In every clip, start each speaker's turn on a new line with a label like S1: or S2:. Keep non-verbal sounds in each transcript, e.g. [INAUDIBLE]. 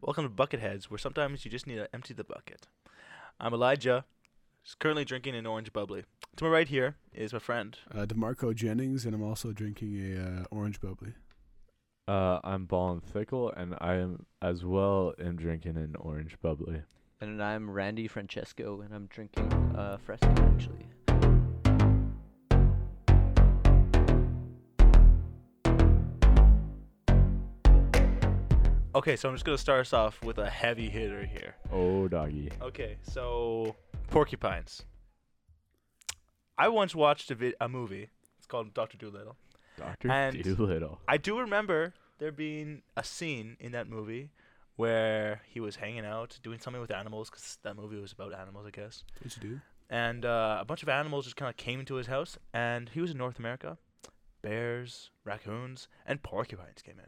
S1: Welcome to Bucketheads, where sometimes you just need to empty the bucket. I'm Elijah, s- currently drinking an orange bubbly. To my right here is my friend.
S2: Uh, Demarco Jennings, and I'm also drinking a uh, orange bubbly.
S3: Uh, I'm Ballin Fickle, and I am as well am drinking an orange bubbly.
S4: And I'm Randy Francesco, and I'm drinking uh, Fresco actually.
S1: Okay, so I'm just gonna start us off with a heavy hitter here.
S3: Oh, doggy.
S1: Okay, so porcupines. I once watched a, vid- a movie. It's called Doctor Doolittle.
S3: Dr.
S1: And-
S3: Doolittle.
S1: I do remember there being a scene in that movie where he was hanging out doing something with animals because that movie was about animals, I guess.
S2: What'd you do?
S1: and uh, a bunch of animals just kind of came into his house. And he was in North America. Bears, raccoons, and porcupines came in.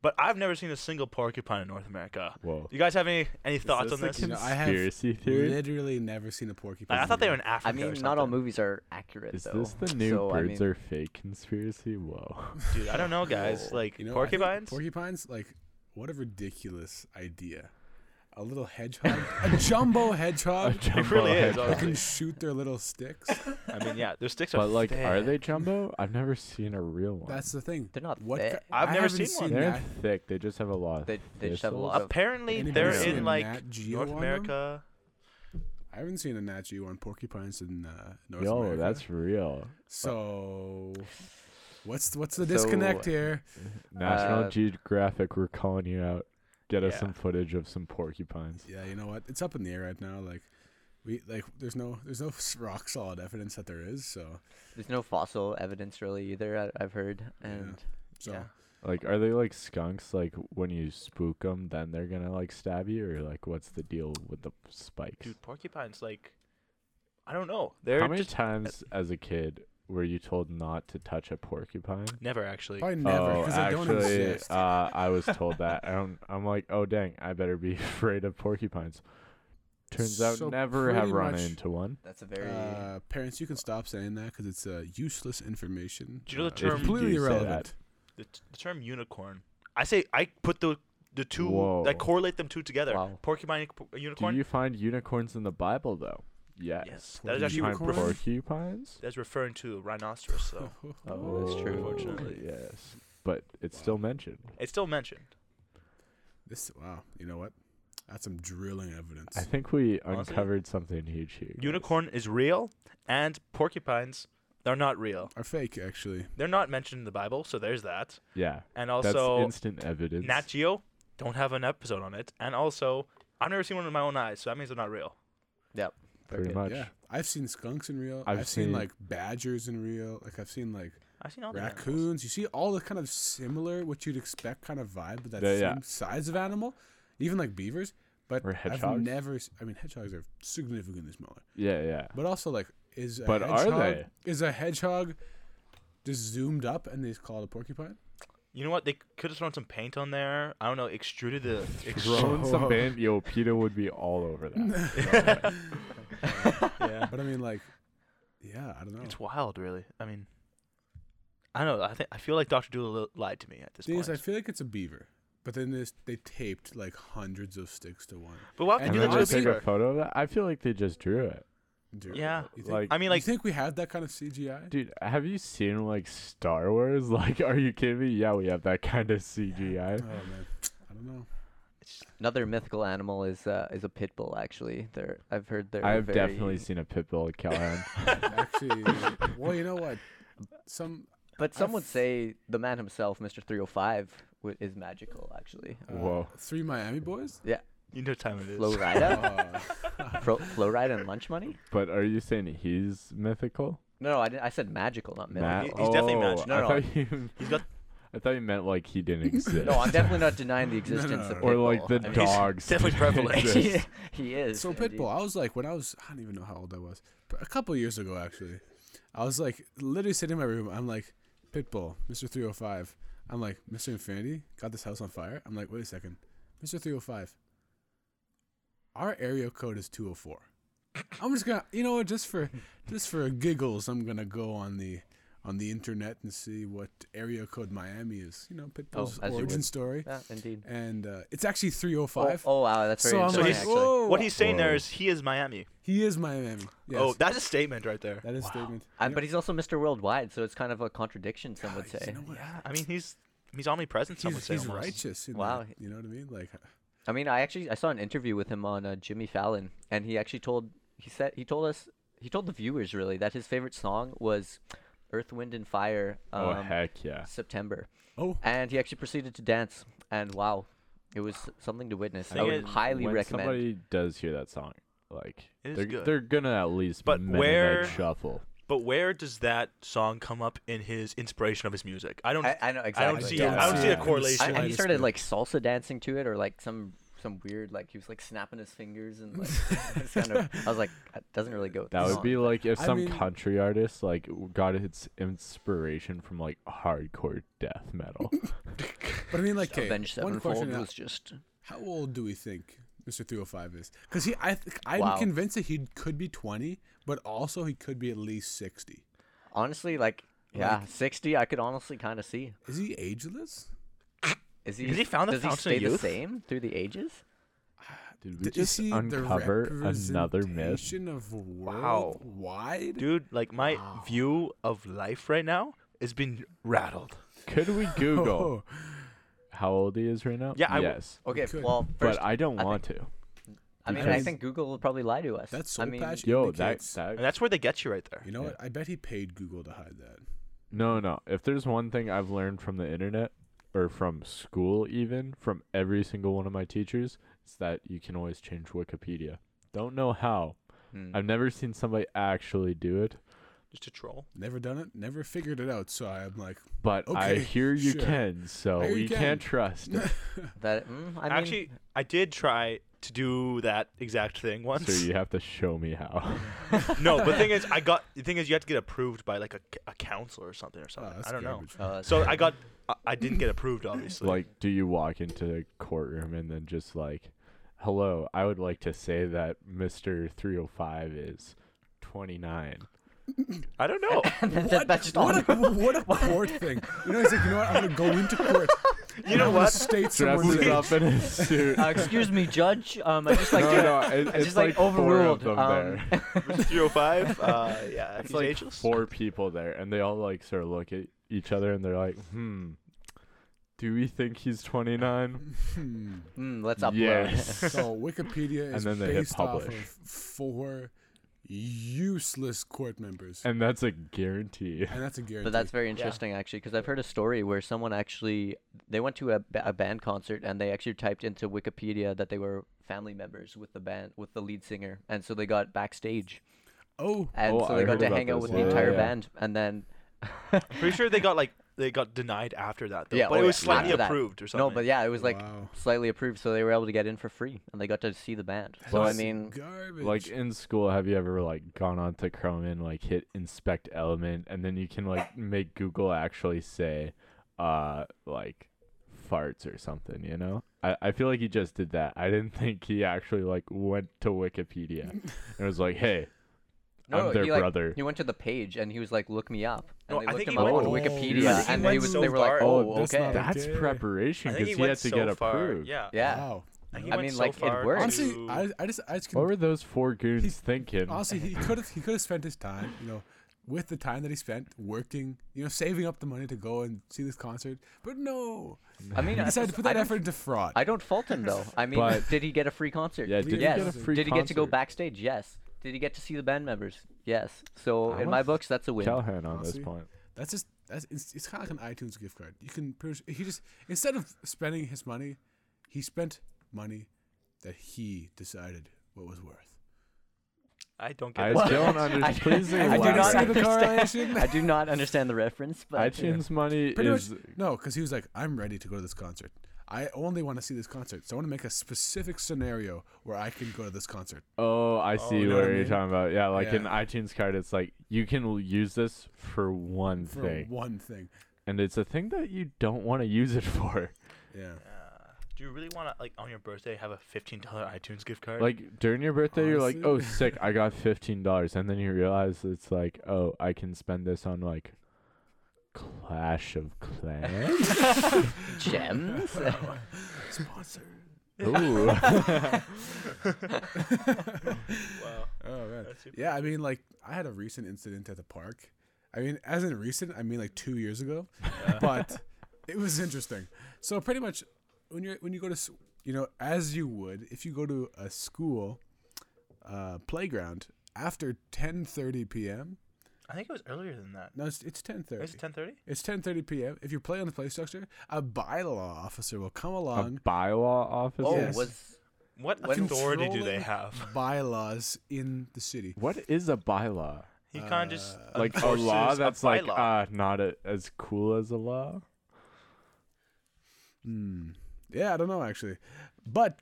S1: But I've never seen a single porcupine in North America.
S3: Whoa.
S1: Do you guys have any any thoughts
S3: this
S1: on
S3: the
S1: this?
S2: You know, I have
S3: Conspiracy theory?
S2: Literally never seen a porcupine.
S1: Like, I thought they were in
S2: movie.
S1: Africa.
S4: I
S1: or
S4: mean, not all
S1: something.
S4: movies are accurate
S3: Is
S4: though.
S3: this the new
S4: so, I
S3: birds
S4: mean,
S3: are fake conspiracy? Whoa.
S1: Dude,
S2: [LAUGHS]
S1: I don't know, guys.
S4: Whoa.
S1: Like
S2: You know, I think
S1: porcupines.
S2: Porcupines, like, what a ridiculous idea! A little hedgehog, a
S1: [LAUGHS]
S2: jumbo
S3: [LAUGHS]
S2: hedgehog,
S1: it really is.
S2: that
S1: honestly.
S2: can shoot their
S1: [LAUGHS]
S2: little sticks.
S1: I mean, yeah, their sticks are.
S3: But like, are
S1: thick.
S3: they jumbo? I've never seen a real one.
S2: That's the thing.
S4: They're not
S2: What?
S4: thick.
S2: ki-
S1: I've
S2: I
S1: never
S2: haven't
S1: seen one.
S2: seen
S3: They're
S2: that.
S3: thick. They just have a lot. Of
S4: They- they just have a lot
S3: thistles.
S4: of-
S1: Apparently,
S2: Anybody
S1: they're
S3: seen a
S1: in like
S2: Nat Geo
S1: North
S2: one, though?
S1: America.
S2: I haven't seen a Nat Geo on porcupines in uh, North
S3: Yo,
S2: America.
S3: that's real.
S2: so. What's what's the
S4: So-
S2: disconnect here?
S3: National
S4: Uh,
S3: Geographic, we're calling you out. Get us
S1: Yeah.
S3: some footage of some porcupines.
S2: Yeah, you know what? It's up in the air right now. Like, we like there's no there's no [LAUGHS] rock solid evidence that there is. So
S4: There's no fossil evidence really either. I, I've heard,
S2: Yeah.
S4: and
S2: so
S1: Yeah.
S3: Like, are they like skunks? Like, when you spook them, then they're gonna like stab you, or like, what's the deal with the spikes?
S1: Dude, porcupines. Like, I don't know. They're
S3: How many
S1: just- e
S3: times as a kid were you told not to touch a porcupine?
S1: never actually.
S2: probably never
S3: oh,
S2: because they don't
S3: actually,
S2: exist.
S3: uh, I
S2: [LAUGHS]
S3: was told that. I'm, I'm like, oh dang, I better be [LAUGHS] afraid of porcupines. Turns out,
S2: So
S3: never have
S2: pretty
S3: run
S2: much-
S3: into one.
S4: that's a very
S2: Uh, parents, you can stop saying that because it's uh, useless information.
S1: Do you know the
S2: Uh,
S1: term-
S2: completely
S3: If you do say that.
S2: irrelevant.
S1: the, t- the term unicorn. I say I put the the two
S3: Whoa.
S1: I correlate them two together.
S4: Wow.
S1: Porcupine po-
S3: Do
S1: unicorn.
S3: you find unicorns in the Bible though? Yes.
S1: yes, that is
S3: You
S1: actually
S3: find
S2: Unicorn?
S1: refer-
S3: porcupines.
S1: that's referring to rhinoceros.
S3: [LAUGHS]
S1: So
S2: [LAUGHS]
S4: Oh, that's true.
S1: Unfortunately.
S3: Yes, but it's still mentioned.
S1: it's still mentioned.
S2: This wow, you know what? That's some drilling evidence.
S3: I think we
S1: Honestly?
S3: uncovered something huge here. guys.
S1: Unicorn is real, and porcupines they're not real.
S2: Are fake actually?
S1: They're not mentioned in the Bible, so there's that.
S3: Yeah.
S1: And
S3: That's
S1: also,
S3: instant evidence.
S1: Nat Geo don't have an episode on it. And also, I've never seen one with my own eyes, so that means they're not real.
S4: yep. very
S3: pretty
S4: good.
S3: much.
S2: Yeah, I've seen skunks in real. I've,
S3: I've
S2: seen,
S3: seen-
S2: like badgers in real. Like I've seen like
S1: I've seen all the animals.
S2: raccoons. You see all the kind of similar what you'd expect kind of vibe, but that
S3: Yeah,
S2: same
S3: yeah.
S2: size of animal, even like beavers. But
S3: Or
S2: I've
S3: hedgehogs.
S2: never. s- I mean, hedgehogs are significantly smaller.
S3: Yeah,
S1: [LAUGHS]
S3: yeah.
S2: But also, like, is a
S3: But are
S2: hedgehog,
S3: they?
S2: Is a hedgehog just zoomed up and they call it a porcupine?
S1: You know what? They could have thrown some paint on there. I don't know. Extruded
S3: [LAUGHS]
S1: the. extru- [LAUGHS]
S3: Thrown some band, yo, Peter would be all over
S4: [LAUGHS]
S3: that.
S1: yeah.
S2: But I mean, like, yeah, I don't know.
S1: It's wild, really. I mean, I don't know. I think I feel like Doctor Doolittle lied to me at this
S2: Thing is,
S1: point.
S2: I feel like it's a beaver, but then this they taped like hundreds of sticks to one.
S1: but why would you
S3: and
S1: do
S3: then
S1: that
S2: that's
S3: just
S1: to a
S3: take a
S1: beaver?
S3: photo of that. I feel like they just drew it.
S2: Dude,
S1: Yeah.
S2: you think,
S3: Like,
S1: I mean,
S2: you
S1: like
S2: think we have that kind of CGI?
S3: dude, have you seen like Star Wars? [LAUGHS] Like, are you kidding me? Yeah, we have that kind of
S2: Oh
S3: CGI.
S2: man, I don't know.
S4: Another mythical animal is uh, is a pit bull actually. They're I've heard they're
S3: I've
S4: very,
S3: definitely seen a pit bull,
S4: [LAUGHS]
S3: Callahan.
S2: [LAUGHS] Actually, well, you know what? Some
S4: But some would
S2: I've-
S4: say the man himself, Mr. 305, w- is magical actually.
S2: uh,
S3: Whoa.
S2: three Miami boys.
S1: You know what time it is.
S4: Florida,
S2: [LAUGHS] Uh,
S4: Flo- Florida, and lunch money.
S3: but are you saying he's mythical?
S4: No, no, I, didn't, I said magical, not
S3: Matt? Oh,
S4: mythical.
S1: He's definitely magic.
S3: I
S4: No, no,
S3: thought you,
S1: He's got
S3: I thought you meant like he
S4: [LAUGHS]
S3: didn't exist.
S4: No, I'm definitely
S2: [LAUGHS]
S4: not denying the existence
S2: no,
S4: of
S2: no.
S3: or
S4: Pitbull.
S3: like the
S1: [LAUGHS]
S4: I mean,
S3: dogs.
S1: definitely prevalent. [LAUGHS]
S3: exist.
S4: he's- [LAUGHS] he is.
S2: so
S4: indeed.
S2: Pitbull, I was like when I was I don't even know how old I was, but a couple years ago actually, I was like literally sitting in my room. I'm like Pitbull, Mr. 305. I'm like Mr. Infinity got this house on fire. I'm like wait a second, Mr. 305. Our area code is 204. I'm just gonna you know what just for just for giggles I'm gonna go on the on the internet and see what area code Miami is. You know, Pitbull's
S4: Oh, as you
S2: origin
S4: would.
S2: story.
S4: Yeah, indeed.
S2: And uh, it's actually
S4: Oh,
S2: 305.
S4: oh, wow, that's very
S2: so I'm
S1: So
S4: interesting.
S2: like,
S1: he's-
S4: actually.
S2: whoa.
S1: What he's saying there
S3: Whoa.
S1: is he is Miami.
S2: he is Miami. Yes.
S1: Oh, that's a statement right there.
S2: that is statement.
S4: Uh,
S2: Yep.
S4: but he's also Mr. Worldwide, so it's kind of a contradiction. Some would
S2: God,
S4: say.
S2: You know what?
S1: Yeah, I mean he's he's omnipresent. Some would
S2: He's,
S1: say
S2: he's
S1: almost.
S2: righteous. in
S4: Wow.
S2: that, you know what I mean? Like,
S4: I mean, I actually I saw an interview with him on uh, Jimmy Fallon, and he actually told he said he told us he told the viewers really that his favorite song was Earth, Wind, and Fire. Um,
S3: oh heck yeah.
S4: September,
S2: oh,
S4: and he actually proceeded to dance, and wow, it was something to witness. I
S1: Thing
S4: would
S1: is,
S4: highly
S3: when
S4: recommend.
S3: somebody does hear that song, like
S1: It is
S3: they're
S1: good.
S3: they're gonna at least
S1: But
S3: Mennonite
S1: where-
S3: shuffle.
S1: But where does that song come up in his inspiration of his music? I don't.
S4: I, I know exactly.
S1: I don't see.
S2: yeah.
S1: I don't see
S2: Yeah.
S1: a correlation.
S4: I- and he
S2: slightest
S4: started
S2: bit.
S4: like salsa dancing to it, or like some some weird like he was like snapping his fingers and like [LAUGHS] it's kind of. I was like, that doesn't really go. With
S3: That
S4: the
S3: would
S4: song.
S3: be like if
S2: I
S3: some
S2: mean-
S3: country artist like w- got its inspiration from like hardcore death metal.
S1: [LAUGHS]
S2: but I mean, like, okay,
S4: Avenged
S2: one
S4: Sevenfold
S2: question:
S4: was just.
S2: How old do we think Mr. 305 is? Because he, I, th- I'm
S4: Wow.
S2: convinced that he could be 20, but also he could be at least 60.
S4: Honestly, like yeah, sixty. I could honestly kind of see.
S2: Is he ageless?
S4: Is he?
S1: Has he found the
S4: does he
S1: fountain
S4: stay
S1: of
S4: the
S1: youth?
S4: same through the ages?
S3: Did
S2: D-
S3: we
S2: is
S3: just
S2: he the
S3: uncover another myth?
S2: representation of
S1: Wow.
S2: worldwide?
S1: Dude, like my view of life right now is being rattled.
S3: Could
S1: [LAUGHS]
S3: we
S2: Oh,
S3: Google how old he is right now?
S1: Yeah, I w-
S3: yes,
S4: Okay,
S2: could.
S4: well, first,
S3: but I don't
S4: I
S3: want to.
S4: I mean, I
S3: because-
S4: think Google will probably lie to us.
S2: That's
S4: I
S2: soul
S4: mean,
S2: patch.
S3: Yo, that,
S2: indicates-
S3: that
S1: And that's where they get you right there.
S2: [LAUGHS] You know what? I bet he paid Google to hide that.
S3: No, no. If there's one thing I've learned from the internet or from school even, from every single one of my teachers, it's that you can always change Wikipedia. Don't know how.
S4: hmm.
S3: I've never seen somebody actually do it,
S1: Just a troll.
S2: Never done it. Never figured it out. So I'm like, [LAUGHS]
S3: but I
S2: Okay,
S3: hear you
S2: sure.
S3: can, so
S2: I hear you
S3: we can't
S2: can. [LAUGHS]
S3: trust it.
S4: that mm, I mean,
S1: Actually, I did try to do that exact thing once.
S3: so you have to show
S2: [LAUGHS]
S3: me how.
S1: [LAUGHS] no, but the thing is, I got the thing is you have to get approved by like a, c- a council or something or
S2: oh,
S1: something.
S2: that's
S1: I don't
S2: garbage.
S4: uh,
S1: know. So I
S2: [LAUGHS]
S1: got I, I didn't get approved, obviously.
S3: like, do you walk into the courtroom and then just like, hello, I would like to say that Mr. 305 is 29.
S1: I don't know.
S4: that's,
S2: What,
S4: that's just all.
S2: what, a, [LAUGHS] what a court thing. You know, he's like, you know what? I'm gonna go into [LAUGHS] court.
S1: You know
S2: I'm gonna
S1: what?
S2: [LAUGHS] State someone's
S3: Dresses
S2: age.
S3: up in his suit.
S4: [LAUGHS] Uh, excuse me, Judge. Um, I just [LAUGHS] like
S3: no,
S4: to,
S3: no, it-
S4: I
S3: it's
S4: just like,
S3: four
S4: overruled.
S3: of them
S4: um, [LAUGHS]
S3: there.
S1: Mr. 305. Uh, yeah,
S3: It's
S1: he's
S3: like
S1: ageless.
S3: four people there, and they all like sort of look at each other, and they're like, "Hmm, do we think he's 29?"
S2: [LAUGHS] Hmm.
S4: mm, let's upload.
S3: Yes.
S2: So Wikipedia
S3: And
S2: is
S3: then they hit
S2: based off of
S3: publish.
S2: four useless court members,
S3: and that's a guarantee.
S2: and that's a guarantee.
S4: But that's very interesting, actually, actually, because I've heard a story where someone actually they went to a, ba- a band concert and they actually typed into Wikipedia that they were family members with the band with the lead singer, and so they got backstage,
S2: oh,
S4: and
S3: Oh,
S4: so
S3: I
S4: they got
S3: heard
S4: to
S3: about
S4: hang out
S3: this,
S4: with
S2: yeah.
S4: the entire
S2: Yeah.
S4: band, and then.
S1: Pretty sure they got like they got denied after that though.
S4: Yeah,
S1: but
S4: oh
S1: it was
S4: yeah,
S1: slightly
S4: after that.
S1: approved or something.
S4: no, but yeah, it was like
S2: Wow.
S4: slightly approved, so they were able to get in for free, and they got to see the band. So I
S3: That's
S4: mean,
S2: garbage.
S3: Like in school, have you ever like gone on to Chrome and like hit inspect element, and then you can like make Google actually say, uh, like farts or something, you know? I, I feel like he just did that. I didn't [LAUGHS] think he actually like went to Wikipedia and was like, "Hey,
S4: no,
S3: I'm
S4: no,
S3: their
S4: he, like,
S3: brother."
S4: He went to the page and he was like, "Look me up." And
S1: No,
S4: they
S1: I
S4: looked
S1: think
S4: him
S1: he
S4: up
S1: went-
S4: on
S2: Oh,
S4: Wikipedia,
S2: I think he
S4: and
S1: went
S4: was,
S1: so
S4: they were like,
S1: far-
S4: "Oh,
S3: Oh,
S2: that's
S4: okay."
S2: not a-
S3: That's
S2: Okay.
S3: preparation
S1: I think
S3: because
S1: he
S3: he,
S1: went
S3: had to
S1: so
S3: get
S1: far.
S3: approved.
S1: Yeah.
S4: yeah.
S2: wow.
S1: I
S4: I mean, like, it worked.
S2: Honestly,
S1: to-
S2: I, I just, I just, can,
S3: What were those four goons
S2: He's-
S3: thinking?
S2: honestly, he could have, he could have spent his time, you know, with the time that he spent working, you know, saving up the money to go and see this concert. But no,
S4: I
S2: [LAUGHS]
S4: mean,
S2: he
S4: I,
S2: decided to put
S4: I
S2: that
S4: don't-
S2: effort into fraud.
S4: I don't fault him though. I mean,
S3: But-
S4: did he get a free concert?
S3: yeah, did
S4: yes.
S3: he get a free
S4: did he get to go
S3: concert?
S4: backstage? Yes. Did he get to see the band members? Yes. So in my
S3: must
S4: books, that's a [LAUGHS] win.
S3: Callahan on
S2: Honestly.
S3: this point.
S2: That's just that's it's, it's kind of like an iTunes gift card. You can pretty much- he just instead of spending his money, he spent money that he decided what was worth.
S1: I don't get
S3: I
S1: this.
S3: don't
S4: I-
S3: understand. Please
S4: I do
S3: elaborate.
S4: not
S2: See the
S4: understand.
S2: correlation?
S4: [LAUGHS] I do not understand the reference, but
S3: iTunes
S2: [LAUGHS]
S3: money
S2: Pretty
S3: is
S2: much no, because he was like, I'm ready to go to this concert. I only want to see this concert, so I want to make a specific scenario where I can go to this concert.
S3: oh, I see
S2: you know
S3: what,
S2: what I
S3: you're
S2: mean?
S3: talking about. Yeah, like
S2: Yeah.
S3: an iTunes card, it's like you can l- use this for one
S2: For
S3: thing,
S2: one thing,
S3: and it's a thing that you don't want to use it [LAUGHS] for.
S2: yeah.
S1: Uh, do you really want to like on your birthday have a fifteen dollar iTunes gift card?
S3: Like during your birthday, you're like, "Oh,
S2: Honestly.
S3: sick! I got fifteen dollars," and then you realize it's like, "Oh, I can spend this on like Clash of
S2: [LAUGHS]
S3: Clans.
S4: Gems.
S2: Sponsor.
S3: Ooh.
S1: Wow.
S2: Oh man.
S1: That's super
S2: Yeah, I mean, like I had a recent incident at the park. I mean, as in recent, I mean like two years ago, but it was interesting. So pretty much, when you're when you go to s- you know as you would if you go to a school uh, playground after 10:30 p.m.
S1: I think it was earlier than that.
S2: No, it's it's 10:30.
S1: Is it 10:30?
S2: It's 10:30 p.m. If you play on the play structure, a bylaw officer will come
S3: a
S2: along.
S3: bylaw officer?
S4: Oh,
S2: Yes.
S4: was
S1: What
S4: When-
S1: authority do they [LAUGHS]
S2: Controlling
S1: have?
S2: bylaws in the city.
S3: What is a bylaw?
S1: He kind of just
S2: Uh,
S3: Like a
S1: enforces
S3: law that's like
S1: bylaw.
S3: uh, not a, as cool as a law?
S2: Hmm. Yeah, I don't know actually, but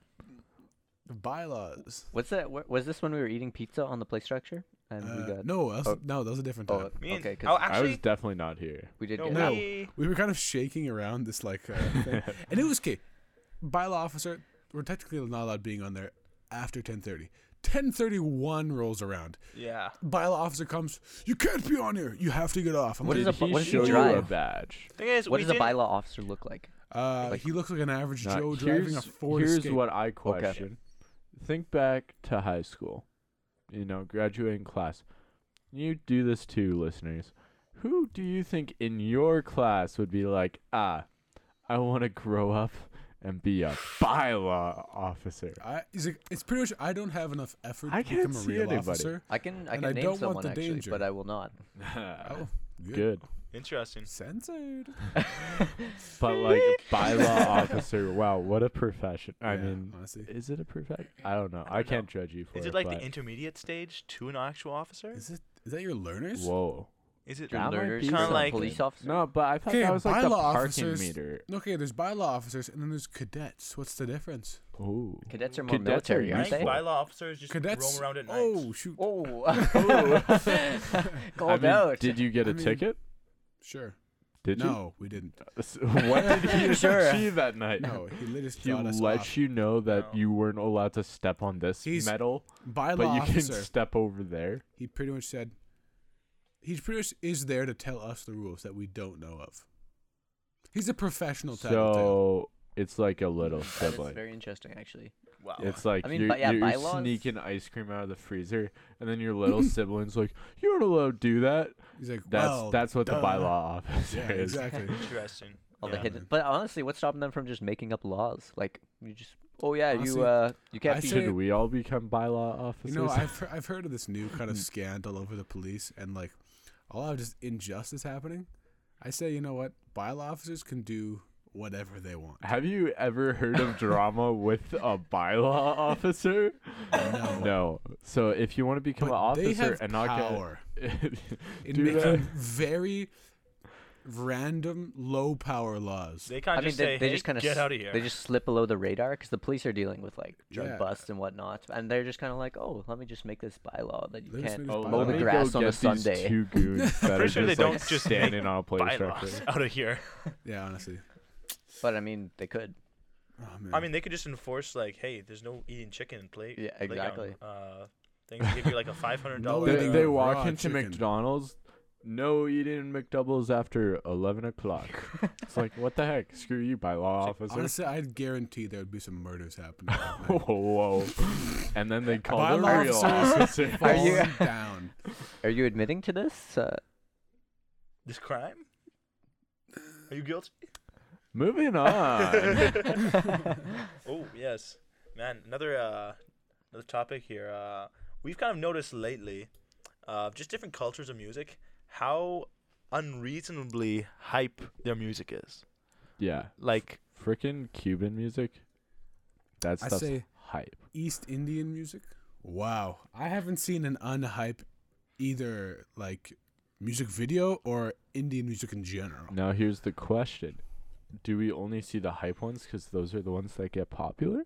S2: bylaws.
S4: what's that? wh- Was this when we were eating pizza on the play structure and
S2: Uh,
S4: we got?
S2: no, that was,
S4: oh.
S2: no, that was a different
S4: Oh,
S2: time.
S1: me and,
S4: okay, 'cause
S1: oh,
S3: I was
S1: actually,
S3: definitely not here.
S4: we did
S1: no,
S4: get.
S2: No.
S4: that.
S1: we-
S2: we were kind of shaking around this like, uh,
S4: [LAUGHS]
S2: thing. and it was okay. Bylaw officer, we're technically not allowed being on there after ten thirty. Ten thirty one rolls around.
S1: yeah.
S2: Bylaw officer comes. You can't be on here. You have to get off. I'm
S4: What
S2: like,
S3: Did
S4: is a bu-
S3: he
S4: what does he
S3: show you a
S4: drive?
S3: badge?
S1: Thing is,
S4: What
S1: we
S4: does a
S1: didn't-
S4: bylaw officer look like?
S2: uh,
S4: like-
S2: he looks like an average
S3: Not-
S2: Joe driving a
S3: here's-
S2: Ford
S3: Here's
S2: Escape.
S3: what I question. Think back to high school. You know, graduating class. You do this too, listeners. Who do you think in your class would be like, ah, I want to grow up and be a bylaw officer?
S2: I, he's like, it's pretty much. I don't have enough effort
S3: I
S2: to become
S3: can't
S2: a
S3: see
S2: real
S3: anybody.
S2: officer.
S4: I can I
S2: And
S4: can
S2: I
S4: name
S2: don't want
S4: someone
S2: the
S4: actually,
S2: danger.
S4: but I
S3: [LAUGHS]
S4: will not.
S2: [LAUGHS] Oh, good.
S3: Uh, Good.
S1: Interesting.
S2: Censored.
S3: But like bylaw officer, wow, what a profession. I
S2: Yeah,
S3: mean,
S2: honestly,
S3: is it a profession? I don't know. I,
S1: don't know.
S3: can't judge you for
S1: Is
S3: it.
S1: it like the
S3: but-
S1: intermediate stage to an actual officer?
S2: is it is that your learners?
S3: Whoa.
S1: Is it?
S3: That might
S4: learners
S3: be
S1: Kinda
S4: become
S1: like-
S4: police officer.
S3: [LAUGHS] No, but I thought
S2: Okay,
S3: that was like the
S2: bylaw
S3: parking
S2: officers-
S3: meter.
S2: Okay, there's bylaw officers and then there's cadets. What's the difference?
S3: Ooh. [LAUGHS]
S4: [LAUGHS] Cadets are more
S3: Cadets are
S4: military,
S1: I
S4: aren't
S1: think
S4: they?
S3: useful.
S1: bylaw officers just
S2: Cadets.
S1: roam around at night.
S2: Oh shoot.
S3: [LAUGHS]
S4: Oh,
S3: I
S4: called
S3: mean,
S4: out.
S3: Did you get a
S2: I mean,
S3: ticket?
S2: Sure.
S3: Did you?
S2: no, we didn't.
S3: [LAUGHS] S- what
S2: [LAUGHS]
S3: did he
S4: Sure.
S3: achieve that night? [LAUGHS]
S2: No, he literally just
S3: He
S2: brought us
S3: let
S2: off.
S3: you know that
S1: No.
S3: you weren't allowed to step on this
S2: He's-
S3: metal,
S2: Bylaw
S3: but you
S2: officer.
S3: can step over there.
S2: he pretty much said. He pretty much is there to tell us the rules that we don't know of. He's a professional tattletale.
S3: So it's like a little
S4: That is
S3: sibling.
S4: very interesting, actually.
S1: Wow.
S3: It's like
S4: Oh, I mean,
S3: you're,
S4: but yeah,
S3: you're
S4: bylaws-
S3: sneaking ice cream out of the freezer, and then your
S4: [LAUGHS]
S3: little sibling's like, "You aren't allowed to do that."
S2: He's like,
S3: That's
S2: well,
S3: that's what the
S2: duh."
S3: bylaw officer
S2: Yeah,
S3: is. [LAUGHS]
S2: exactly.
S1: Interesting.
S4: All the
S2: Yeah.
S4: hidden. But honestly, what's stopping them from just making up laws? Like you just, oh yeah,
S2: Honestly,
S4: you uh, you can't
S2: I
S4: be.
S2: say-
S3: Should we all become bylaw
S2: You
S3: officers?
S2: know, I've he- I've heard of this new kind of scandal over the police and like all of just injustice happening. I say, you know what? Bylaw officers can do whatever they want.
S3: [LAUGHS] Have you ever heard
S2: [LAUGHS]
S3: of drama with a bylaw officer?
S2: No.
S3: No. So if you want to become
S2: But
S3: an
S2: they
S3: officer
S2: have
S3: and not [LAUGHS]
S2: power
S3: get
S2: in
S3: do
S2: making
S3: that,
S2: very random low power laws.
S1: They
S4: I
S1: kind of
S4: mean,
S1: just
S4: they,
S1: say,
S4: they
S1: "Hey,
S4: just kind of
S1: get out of here."
S4: They just slip below the radar because the police are dealing with like drug
S2: Yeah.
S4: busts and whatnot, and they're just kind of like, oh, let me just make this bylaw that you
S2: Let me just
S4: can't.
S2: make
S3: oh,
S2: Mow
S3: let
S2: the
S3: me
S4: grass
S3: go
S4: on a
S3: get these
S4: Sunday.
S3: Two goons that are
S1: pretty sure they
S3: just, like,
S1: don't just make
S3: standing on a
S1: [LAUGHS]
S3: play
S1: bylaws [LAUGHS]
S3: structure.
S1: out of here.
S2: Yeah, honestly.
S4: [LAUGHS] But I mean, they
S2: [LAUGHS]
S4: could.
S2: Oh, man.
S1: I mean, they could just enforce like, "Hey, there's no eating chicken in play."
S4: Yeah,
S1: playground,
S4: exactly.
S1: Uh, things give you like a five hundred
S2: No
S1: dollar.
S3: They,
S2: eating
S3: they
S2: Oh, raw
S3: walk into
S2: chicken.
S3: McDonald's. No eating McDoubles after eleven o'clock. it's like what the heck? Screw you, bylaw officer.
S2: honestly, I'd guarantee there would be some murders happening. that night.
S3: [LAUGHS] Whoa! And then they call the
S2: Bylaw
S3: real
S2: officers
S3: [LAUGHS] officer.
S2: [LAUGHS]
S4: Are you-
S2: Falling down?
S4: Are you admitting to
S2: [LAUGHS]
S4: this? Uh,
S1: This crime? Are you guilty?
S3: Moving on.
S1: [LAUGHS]
S2: [LAUGHS]
S1: Oh yes, man. Another uh, another topic here. Uh, we've kind of noticed lately, uh, just different cultures of music, how unreasonably hype their music is.
S3: yeah.
S1: Like,
S3: Freaking Cuban music. That
S2: I
S3: stuff's
S2: say-
S3: hype.
S2: East Indian music. Wow, I haven't seen an unhype either like music video or Indian music in general.
S3: Now here's the question. Do we only see the hype ones because those are the ones that get popular?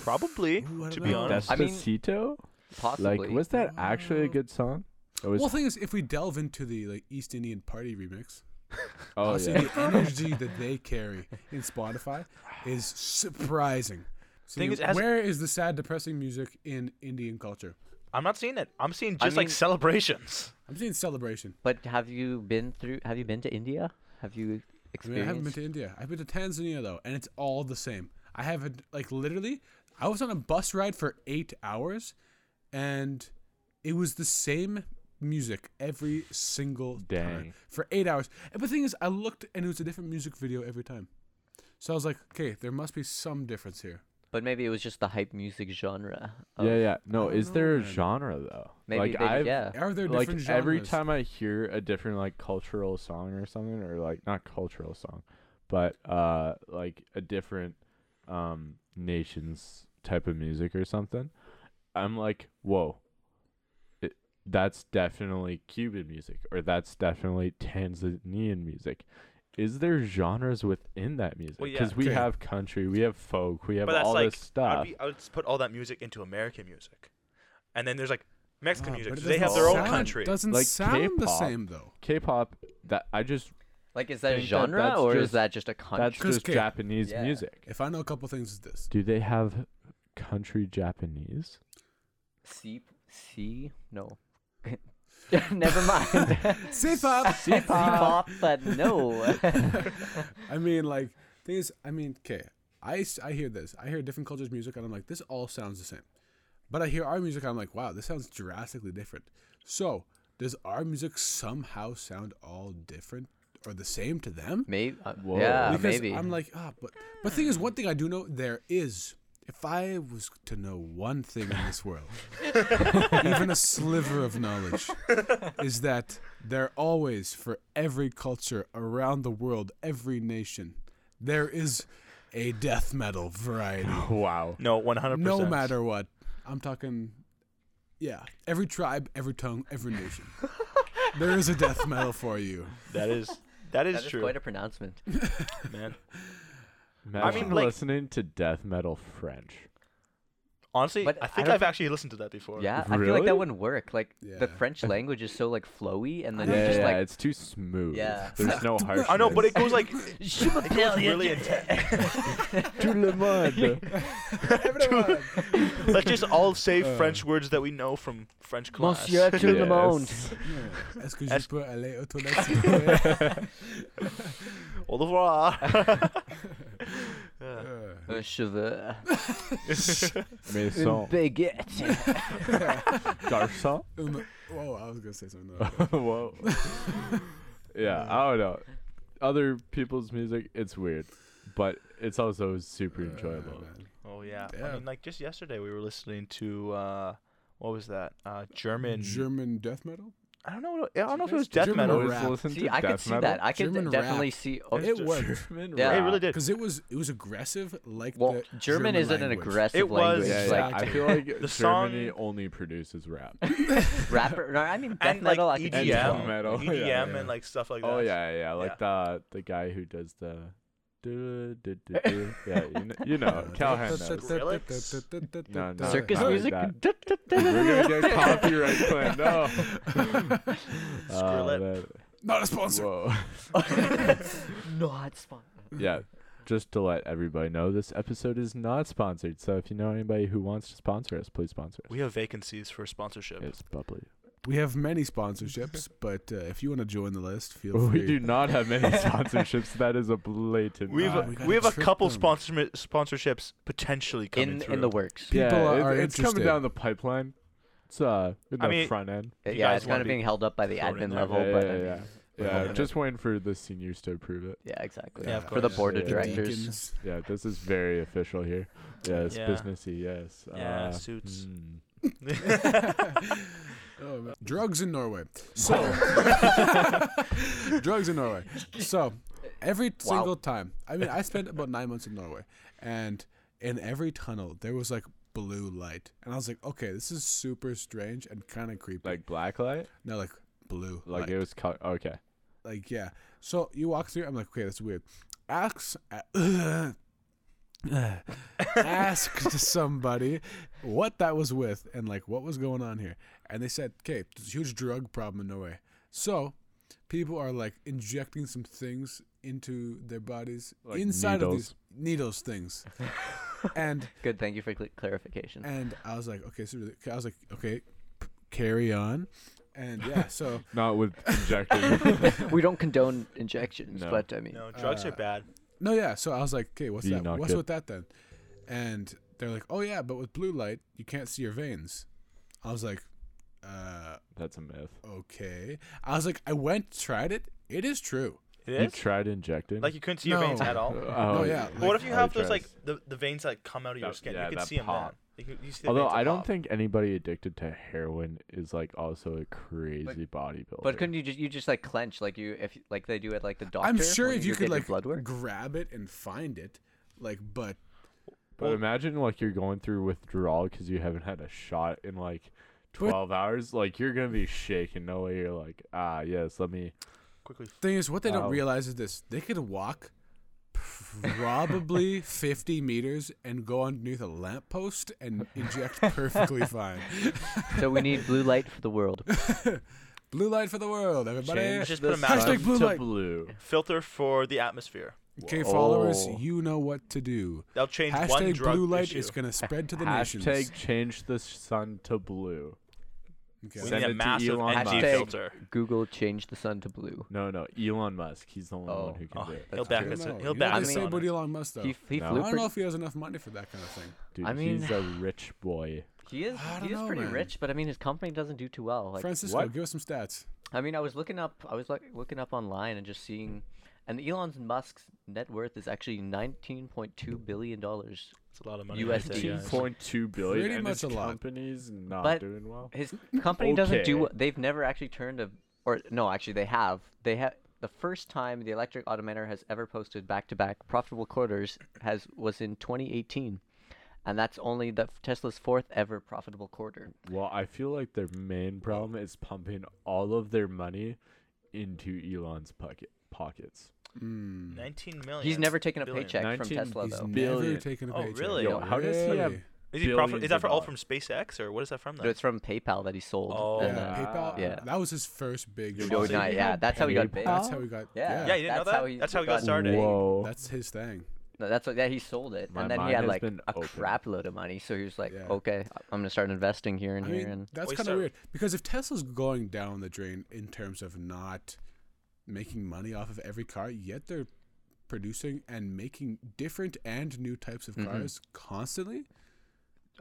S1: probably
S2: Ooh, I
S1: to
S2: don't
S1: be
S2: know.
S1: honest.
S4: I mean,
S3: Despacito?
S4: possibly.
S3: like, was that actually a good song? It was.
S2: Uh, Well, thing is, if we delve into the like East Indian Party remix,
S3: oh
S2: I'll see
S3: yeah. [LAUGHS]
S2: the energy that they carry in Spotify is surprising. So
S1: Thing
S2: you-
S1: is, it has-
S2: where is the sad, depressing music in Indian culture?
S1: I'm not seeing it. I'm seeing
S4: I
S1: just like
S4: mean-
S1: celebrations.
S2: I'm seeing celebration.
S4: But have you been through? Have you been to India? Have you
S2: I mean, I
S4: experienced?
S2: haven't been to India. I've been to Tanzania though, and it's all the same. I haven't like literally. I was on a bus ride for eight hours, and it was the same music every single
S3: Dang.
S2: time for eight hours. And the thing is, I looked and it was a different music video every time. So I was like, okay, there must be some difference here.
S4: but maybe it was just the hype music genre. of-
S3: yeah, yeah. No,
S2: don't
S3: is
S2: know,
S3: there a
S2: man.
S3: genre though?
S4: Maybe
S3: like
S4: they,
S3: I've
S4: yeah.
S2: Are there
S3: like
S2: different genres?
S3: every time I hear a different like cultural song or something, or like not cultural song, but uh like a different um nation's type of music or something, I'm like, whoa, it, that's definitely Cuban music, or that's definitely Tanzanian music. Is there genres within that music?
S1: Well, yeah.
S3: Because we
S2: Okay.
S3: have country, we have folk, we have
S1: But that's
S3: all
S1: like
S3: this stuff.
S1: I'd be, I would just put all that music into American music, and then there's like Mexican
S2: Ah,
S1: music.
S2: but it
S1: So they have
S2: doesn't
S1: their own
S2: sound-
S1: country.
S2: Doesn't
S3: Like
S2: sound the
S3: K-pop.
S2: same though.
S3: K-pop that I just
S4: Like, is that a
S3: think that
S4: genre
S3: that's
S4: or is
S3: just-
S4: that just a
S3: that's
S4: country?
S2: Cause
S3: just
S2: K-
S3: Japanese
S4: Yeah.
S3: music.
S2: If I know a couple things, is this
S3: Do they have country Japanese?
S4: [LAUGHS] C C
S3: [LAUGHS]
S4: no. [LAUGHS] Never mind.
S2: C-pop.
S4: [LAUGHS] C-pop, but
S3: [LAUGHS]
S4: no.
S2: [LAUGHS] I mean, like, thing is, I mean, okay, I, s- I hear this. I hear different cultures' music, and I'm like, this all sounds the same. But I hear our music, and I'm like, wow, this sounds drastically different. So, does our music somehow sound all different or the same to them?
S4: maybe. Uh,
S3: Whoa.
S4: yeah,
S2: because
S4: maybe.
S2: I'm like, ah, but but thing is, one thing I do know there is. If I was to know one thing in this
S4: [LAUGHS]
S2: world, even a sliver of knowledge, is that there always, for every culture around the world, every nation, there is a death metal
S4: [LAUGHS]
S2: variety.
S3: Wow.
S1: No, 100.
S2: No matter what, I'm talking, yeah, every tribe, every tongue, every nation,
S4: [LAUGHS]
S2: there is a death metal for you.
S1: That is
S2: [LAUGHS]
S1: that is
S4: that is
S1: true,
S4: quite a pronouncement.
S1: man.
S3: Imagine
S1: mean, like-
S3: listening to death metal French.
S1: Honestly,
S4: But
S1: I
S4: I
S1: think
S4: don't
S1: I've actually listened to that before.
S4: Yeah, I feel like
S3: Really?
S4: that wouldn't work. Like the
S2: Yeah.
S4: French language is so like flowy, and
S3: Yeah,
S4: then you just
S3: yeah,
S4: like
S3: it's too smooth.
S4: Yeah.
S3: There's no harshness.
S1: I know, but it goes
S2: [LAUGHS]
S1: like
S4: Je m'appelle-
S1: really intense.
S3: [LAUGHS] Tout le
S4: [LAUGHS]
S3: monde.
S1: Let's just all say
S2: Uh.
S1: French words that we know from French class.
S4: Monsieur tout le monde.
S3: Yes.
S2: Est-ce que
S1: Est-ce-
S2: je peux aller aux toilettes,
S4: [LAUGHS]
S2: s'il vous plaît?
S1: [LAUGHS] Au
S4: [LAUGHS]
S1: revoir.
S2: Uh,
S4: Un cheveu, une
S3: Maison.
S1: [LAUGHS]
S4: baguette.
S3: Garçon.
S2: um, whoa, I was gonna say something.
S1: [LAUGHS]
S2: else.
S3: Whoa. yeah, I don't know. Other people's music, it's weird, but it's also super
S2: Uh,
S3: enjoyable.
S2: man.
S1: Oh yeah. I
S2: Yeah.
S1: mean, like just yesterday we were listening to uh, what was that? Uh, German.
S2: German death metal.
S1: I don't know. What, I don't know if it was death
S2: German
S1: metal.
S2: or-
S3: Always
S2: rap.
S3: listen
S4: See,
S3: to
S4: I could
S3: death
S4: see
S3: metal.
S4: that. I could
S2: German
S4: de- definitely
S2: rap.
S4: see. Oh,
S1: It's
S2: It worked
S3: German
S4: Yeah.
S1: It
S3: rap.
S1: really did.
S2: because it was it was aggressive, like
S4: well,
S2: the
S4: German, isn't an
S2: uh, language.
S4: aggressive
S1: It was,
S4: language.
S3: Yeah,
S4: like
S3: yeah, I feel like
S1: The
S3: Germany
S1: song-
S3: only produces rap.
S4: [LAUGHS] rapper. No, I mean death
S1: And like E
S4: metal. I could
S1: EDM,
S3: And
S4: see
S3: death
S4: that.
S3: metal, yeah,
S1: EDM,
S2: yeah.
S1: and like stuff like that.
S3: Oh yeah, yeah, yeah, like the the guy who does the [LAUGHS] do, do, do, do. yeah, you know, you
S2: Uh,
S1: Oh,
S2: [LAUGHS]
S3: know Callahan knows. No, no,
S4: Circus
S3: not like
S4: music. [LAUGHS]
S3: that. We're gonna get copyright claim. No. [LAUGHS]
S1: Skrillex.
S3: that-
S2: Not a sponsor.
S3: whoa.
S4: [LAUGHS] Not sponsored.
S3: Yeah. Just to let everybody know, this episode is not sponsored. So if you know anybody who wants to sponsor us, please sponsor us.
S1: We have vacancies for sponsorship.
S3: It's bubbly.
S2: We have many sponsorships, but uh, if you want to join the list,
S4: [LAUGHS]
S2: feel free.
S3: We do not have many sponsorships. That is a blatant.
S1: We've
S3: lie.
S2: Ah, we
S1: we,
S2: gotta
S1: have a
S2: trick
S1: couple
S2: them.
S1: sponsorship sponsorships potentially coming
S4: In
S1: through.
S4: in the works.
S2: People
S3: yeah,
S2: are
S3: it's, it's coming
S2: interested.
S3: down the pipeline. It's uh, in the
S1: I mean,
S3: front end.
S1: you
S4: yeah,
S1: guys
S4: it's
S1: wanna
S4: kind of
S1: be
S4: being held up by the
S1: thrown in
S4: admin
S1: there.
S4: level,
S3: yeah,
S4: but
S3: yeah,
S4: I mean,
S3: yeah.
S2: we're
S3: Yeah,
S2: holding it.
S3: just waiting for the seniors to approve it.
S4: yeah, exactly.
S1: Yeah, of
S4: For the
S1: course.
S4: board
S3: Yeah,
S4: of
S3: yeah.
S4: directors.
S2: Deacons.
S3: Yeah, this is very official here. Yes,
S1: Yeah.
S3: businessy. Yes.
S1: Yeah,
S3: uh,
S1: suits.
S3: mm.
S1: [LAUGHS]
S2: Oh, man. [LAUGHS] drugs in Norway.
S3: [LAUGHS]
S2: So, drugs in Norway. So, every single time, I mean, I spent about nine months in Norway, and in every tunnel there was like blue light, and I was like, okay, this is super strange and kind of creepy.
S3: Like blacklight.
S2: no, like blue.
S3: Like
S2: light.
S3: it was. Co- okay.
S2: like yeah. So you walk through. I'm like, okay, that's weird. Ask. Uh, [CLEARS THROAT]
S3: [LAUGHS]
S2: ask [LAUGHS]
S4: [LAUGHS]
S2: to somebody what that was with and like what was going on here. And they said, okay, there's a huge drug problem in Norway. So people are like injecting some things into their bodies
S3: Like
S2: inside of
S3: needles.
S2: these needles
S3: [LAUGHS]
S2: things. and
S4: Good. Thank you for cl- clarification.
S2: [LAUGHS] and I was like, okay, so really- I was like, okay, carry on. And yeah,
S3: [LAUGHS]
S2: so [LAUGHS]
S3: Not with [LAUGHS] injecting.
S4: we don't condone injections,
S3: No.
S4: but I mean,
S1: No, drugs
S2: Uh,
S1: are bad.
S2: no, yeah, so I was like, okay, what's
S3: You
S2: that?
S3: knock
S2: What's
S3: it.
S2: with that then? And they're like, oh yeah, but with blue light you can't see your veins. I was like, uh,
S3: That's a myth.
S2: okay. I was like, I went tried it. It is true.
S1: It
S3: You
S1: is?
S3: tried injecting?
S1: like you couldn't see your veins
S2: No.
S1: at
S3: [LAUGHS]
S1: all.
S3: Oh,
S2: No, yeah,
S1: But what
S2: like-
S1: if you have those like
S3: Contrast.
S1: the, the veins that come out of your
S3: That-
S1: skin?
S3: yeah,
S1: you can
S3: that
S1: see them
S3: pop.
S1: then. You can, you see the
S3: Although
S1: veins that
S3: I don't
S1: pop.
S3: think anybody addicted to heroin is like also a crazy bodybuilder.
S4: but couldn't you just you just like clench like you if like they do at like the doctor?
S2: I'm sure
S4: when
S2: if you
S4: go
S2: could
S4: get your
S2: like
S4: blood work.
S2: grab it and find it, like, but
S3: But
S1: Well-
S3: imagine like you're going through withdrawal because you haven't had a shot in like
S2: But-
S3: 12 hours. Like you're gonna be shaking. No way. You're like, ah, yes. Let me.
S1: quickly.
S2: thing is, what they
S4: Oh.
S2: don't
S3: Wow.
S2: realize is this: they could walk
S4: [LAUGHS]
S2: probably 50 meters and go underneath a lamppost
S4: [LAUGHS]
S2: and inject [LAUGHS] perfectly fine.
S4: So we need blue light
S2: [LAUGHS]
S4: for the world.
S2: Blue light for the world, everybody.
S1: Change Just put
S3: the
S1: a mask
S2: Hashtag
S3: sun
S2: blue
S3: to
S2: light.
S3: blue.
S1: Filter for the atmosphere.
S2: Okay, followers,
S4: Oh.
S3: Whoa.
S2: you know what to do.
S1: They'll change one
S2: Hashtag
S1: drug
S2: blue light
S1: issue.
S2: is gonna spread
S4: [LAUGHS]
S2: to the
S3: Hashtag
S2: nations.
S3: change the sun to blue.
S2: Okay.
S1: we need
S3: send it
S1: a
S3: to
S1: massive
S3: Elon
S1: NG
S3: Musk.
S1: filter. Oh,
S4: Google change the sun to blue.
S3: No, no. Elon Musk. He's the only one
S4: Oh.
S3: who can
S1: Oh, [LAUGHS]
S3: do it.
S1: he'll
S4: That's
S1: back
S4: true.
S1: us.
S2: I don't know.
S1: He'll
S2: You know
S1: back
S2: what
S4: I
S1: us.
S2: they
S4: mean-
S2: say
S1: on
S2: about
S1: it.
S2: Elon Musk though.
S4: He f- he
S3: No.
S2: I
S4: flew.
S2: don't know
S4: Pretty,
S2: if he has enough money for that kind of thing.
S3: Dude,
S4: I
S3: he's
S4: mean-
S3: a rich boy.
S4: he is
S2: I
S4: he
S2: don't
S4: is
S2: know,
S4: pretty
S2: man.
S4: rich, but I mean his company doesn't do too well. Like
S2: Francisco,
S3: what?
S2: give us some stats.
S4: I mean, I was looking up. I was like looking up online and just seeing, and Elon Musk's net worth is actually 19.2 billion dollars.
S1: It's a lot of money. right there,
S4: USD.
S1: guys.
S3: Point two billion.
S2: Pretty
S3: and
S2: much
S3: his
S2: a lot.
S3: Company's not
S4: But-
S3: doing well.
S4: His
S3: [LAUGHS]
S4: company doesn't
S3: Okay.
S4: do. w- They've never actually turned a, or no, actually they have. They have the first time the electric automator has ever posted back-to-back profitable quarters has was in 2018, and that's only the Tesla's fourth ever profitable quarter.
S3: Well, I feel like their main problem is pumping all of their money into Elon's pocket pockets.
S2: Mm.
S1: 19 million.
S4: He's never taken a
S1: Oh, billion.
S4: paycheck from
S3: 19
S4: Tesla
S2: He's
S4: though.
S2: never
S3: Billion.
S2: taken a
S1: Oh,
S2: paycheck.
S1: really?
S3: Yo, how does he have?
S2: Really?
S1: Is, he profit,
S3: billions
S1: is that for
S3: of
S1: all
S3: dollars.
S1: from SpaceX or what is that from? Then?
S4: No, it's from PayPal that he sold.
S1: Oh.
S4: and uh,
S2: Yeah,
S4: then-
S2: PayPal.
S4: yeah.
S2: That was his first big.
S3: Yo,
S2: shot.
S4: No,
S3: So
S4: not,
S3: you
S4: yeah,
S3: had
S4: that's how he got
S3: PayPal?
S4: big.
S2: That's how we got.
S4: Yeah.
S2: Yeah.
S1: yeah, you didn't know
S4: That's
S1: that.
S4: how he
S1: that's how he got
S4: got
S1: started.
S3: Whoa.
S2: That's his thing.
S4: No, that's what, yeah, he sold it,
S3: My
S4: and then he
S3: mind
S4: had
S3: has
S4: like
S3: been
S4: a
S3: opened.
S4: crap load of money. So he was like,
S2: Yeah.
S4: okay, I- I'm gonna start investing here and
S2: I
S4: here,
S2: mean,
S4: and
S1: Well,
S2: that's
S1: he
S2: kind of
S1: started-
S2: weird because if Tesla's going down the drain in terms of not making money off of every car, yet they're producing and making different and new types of
S4: Mhm.
S2: cars constantly.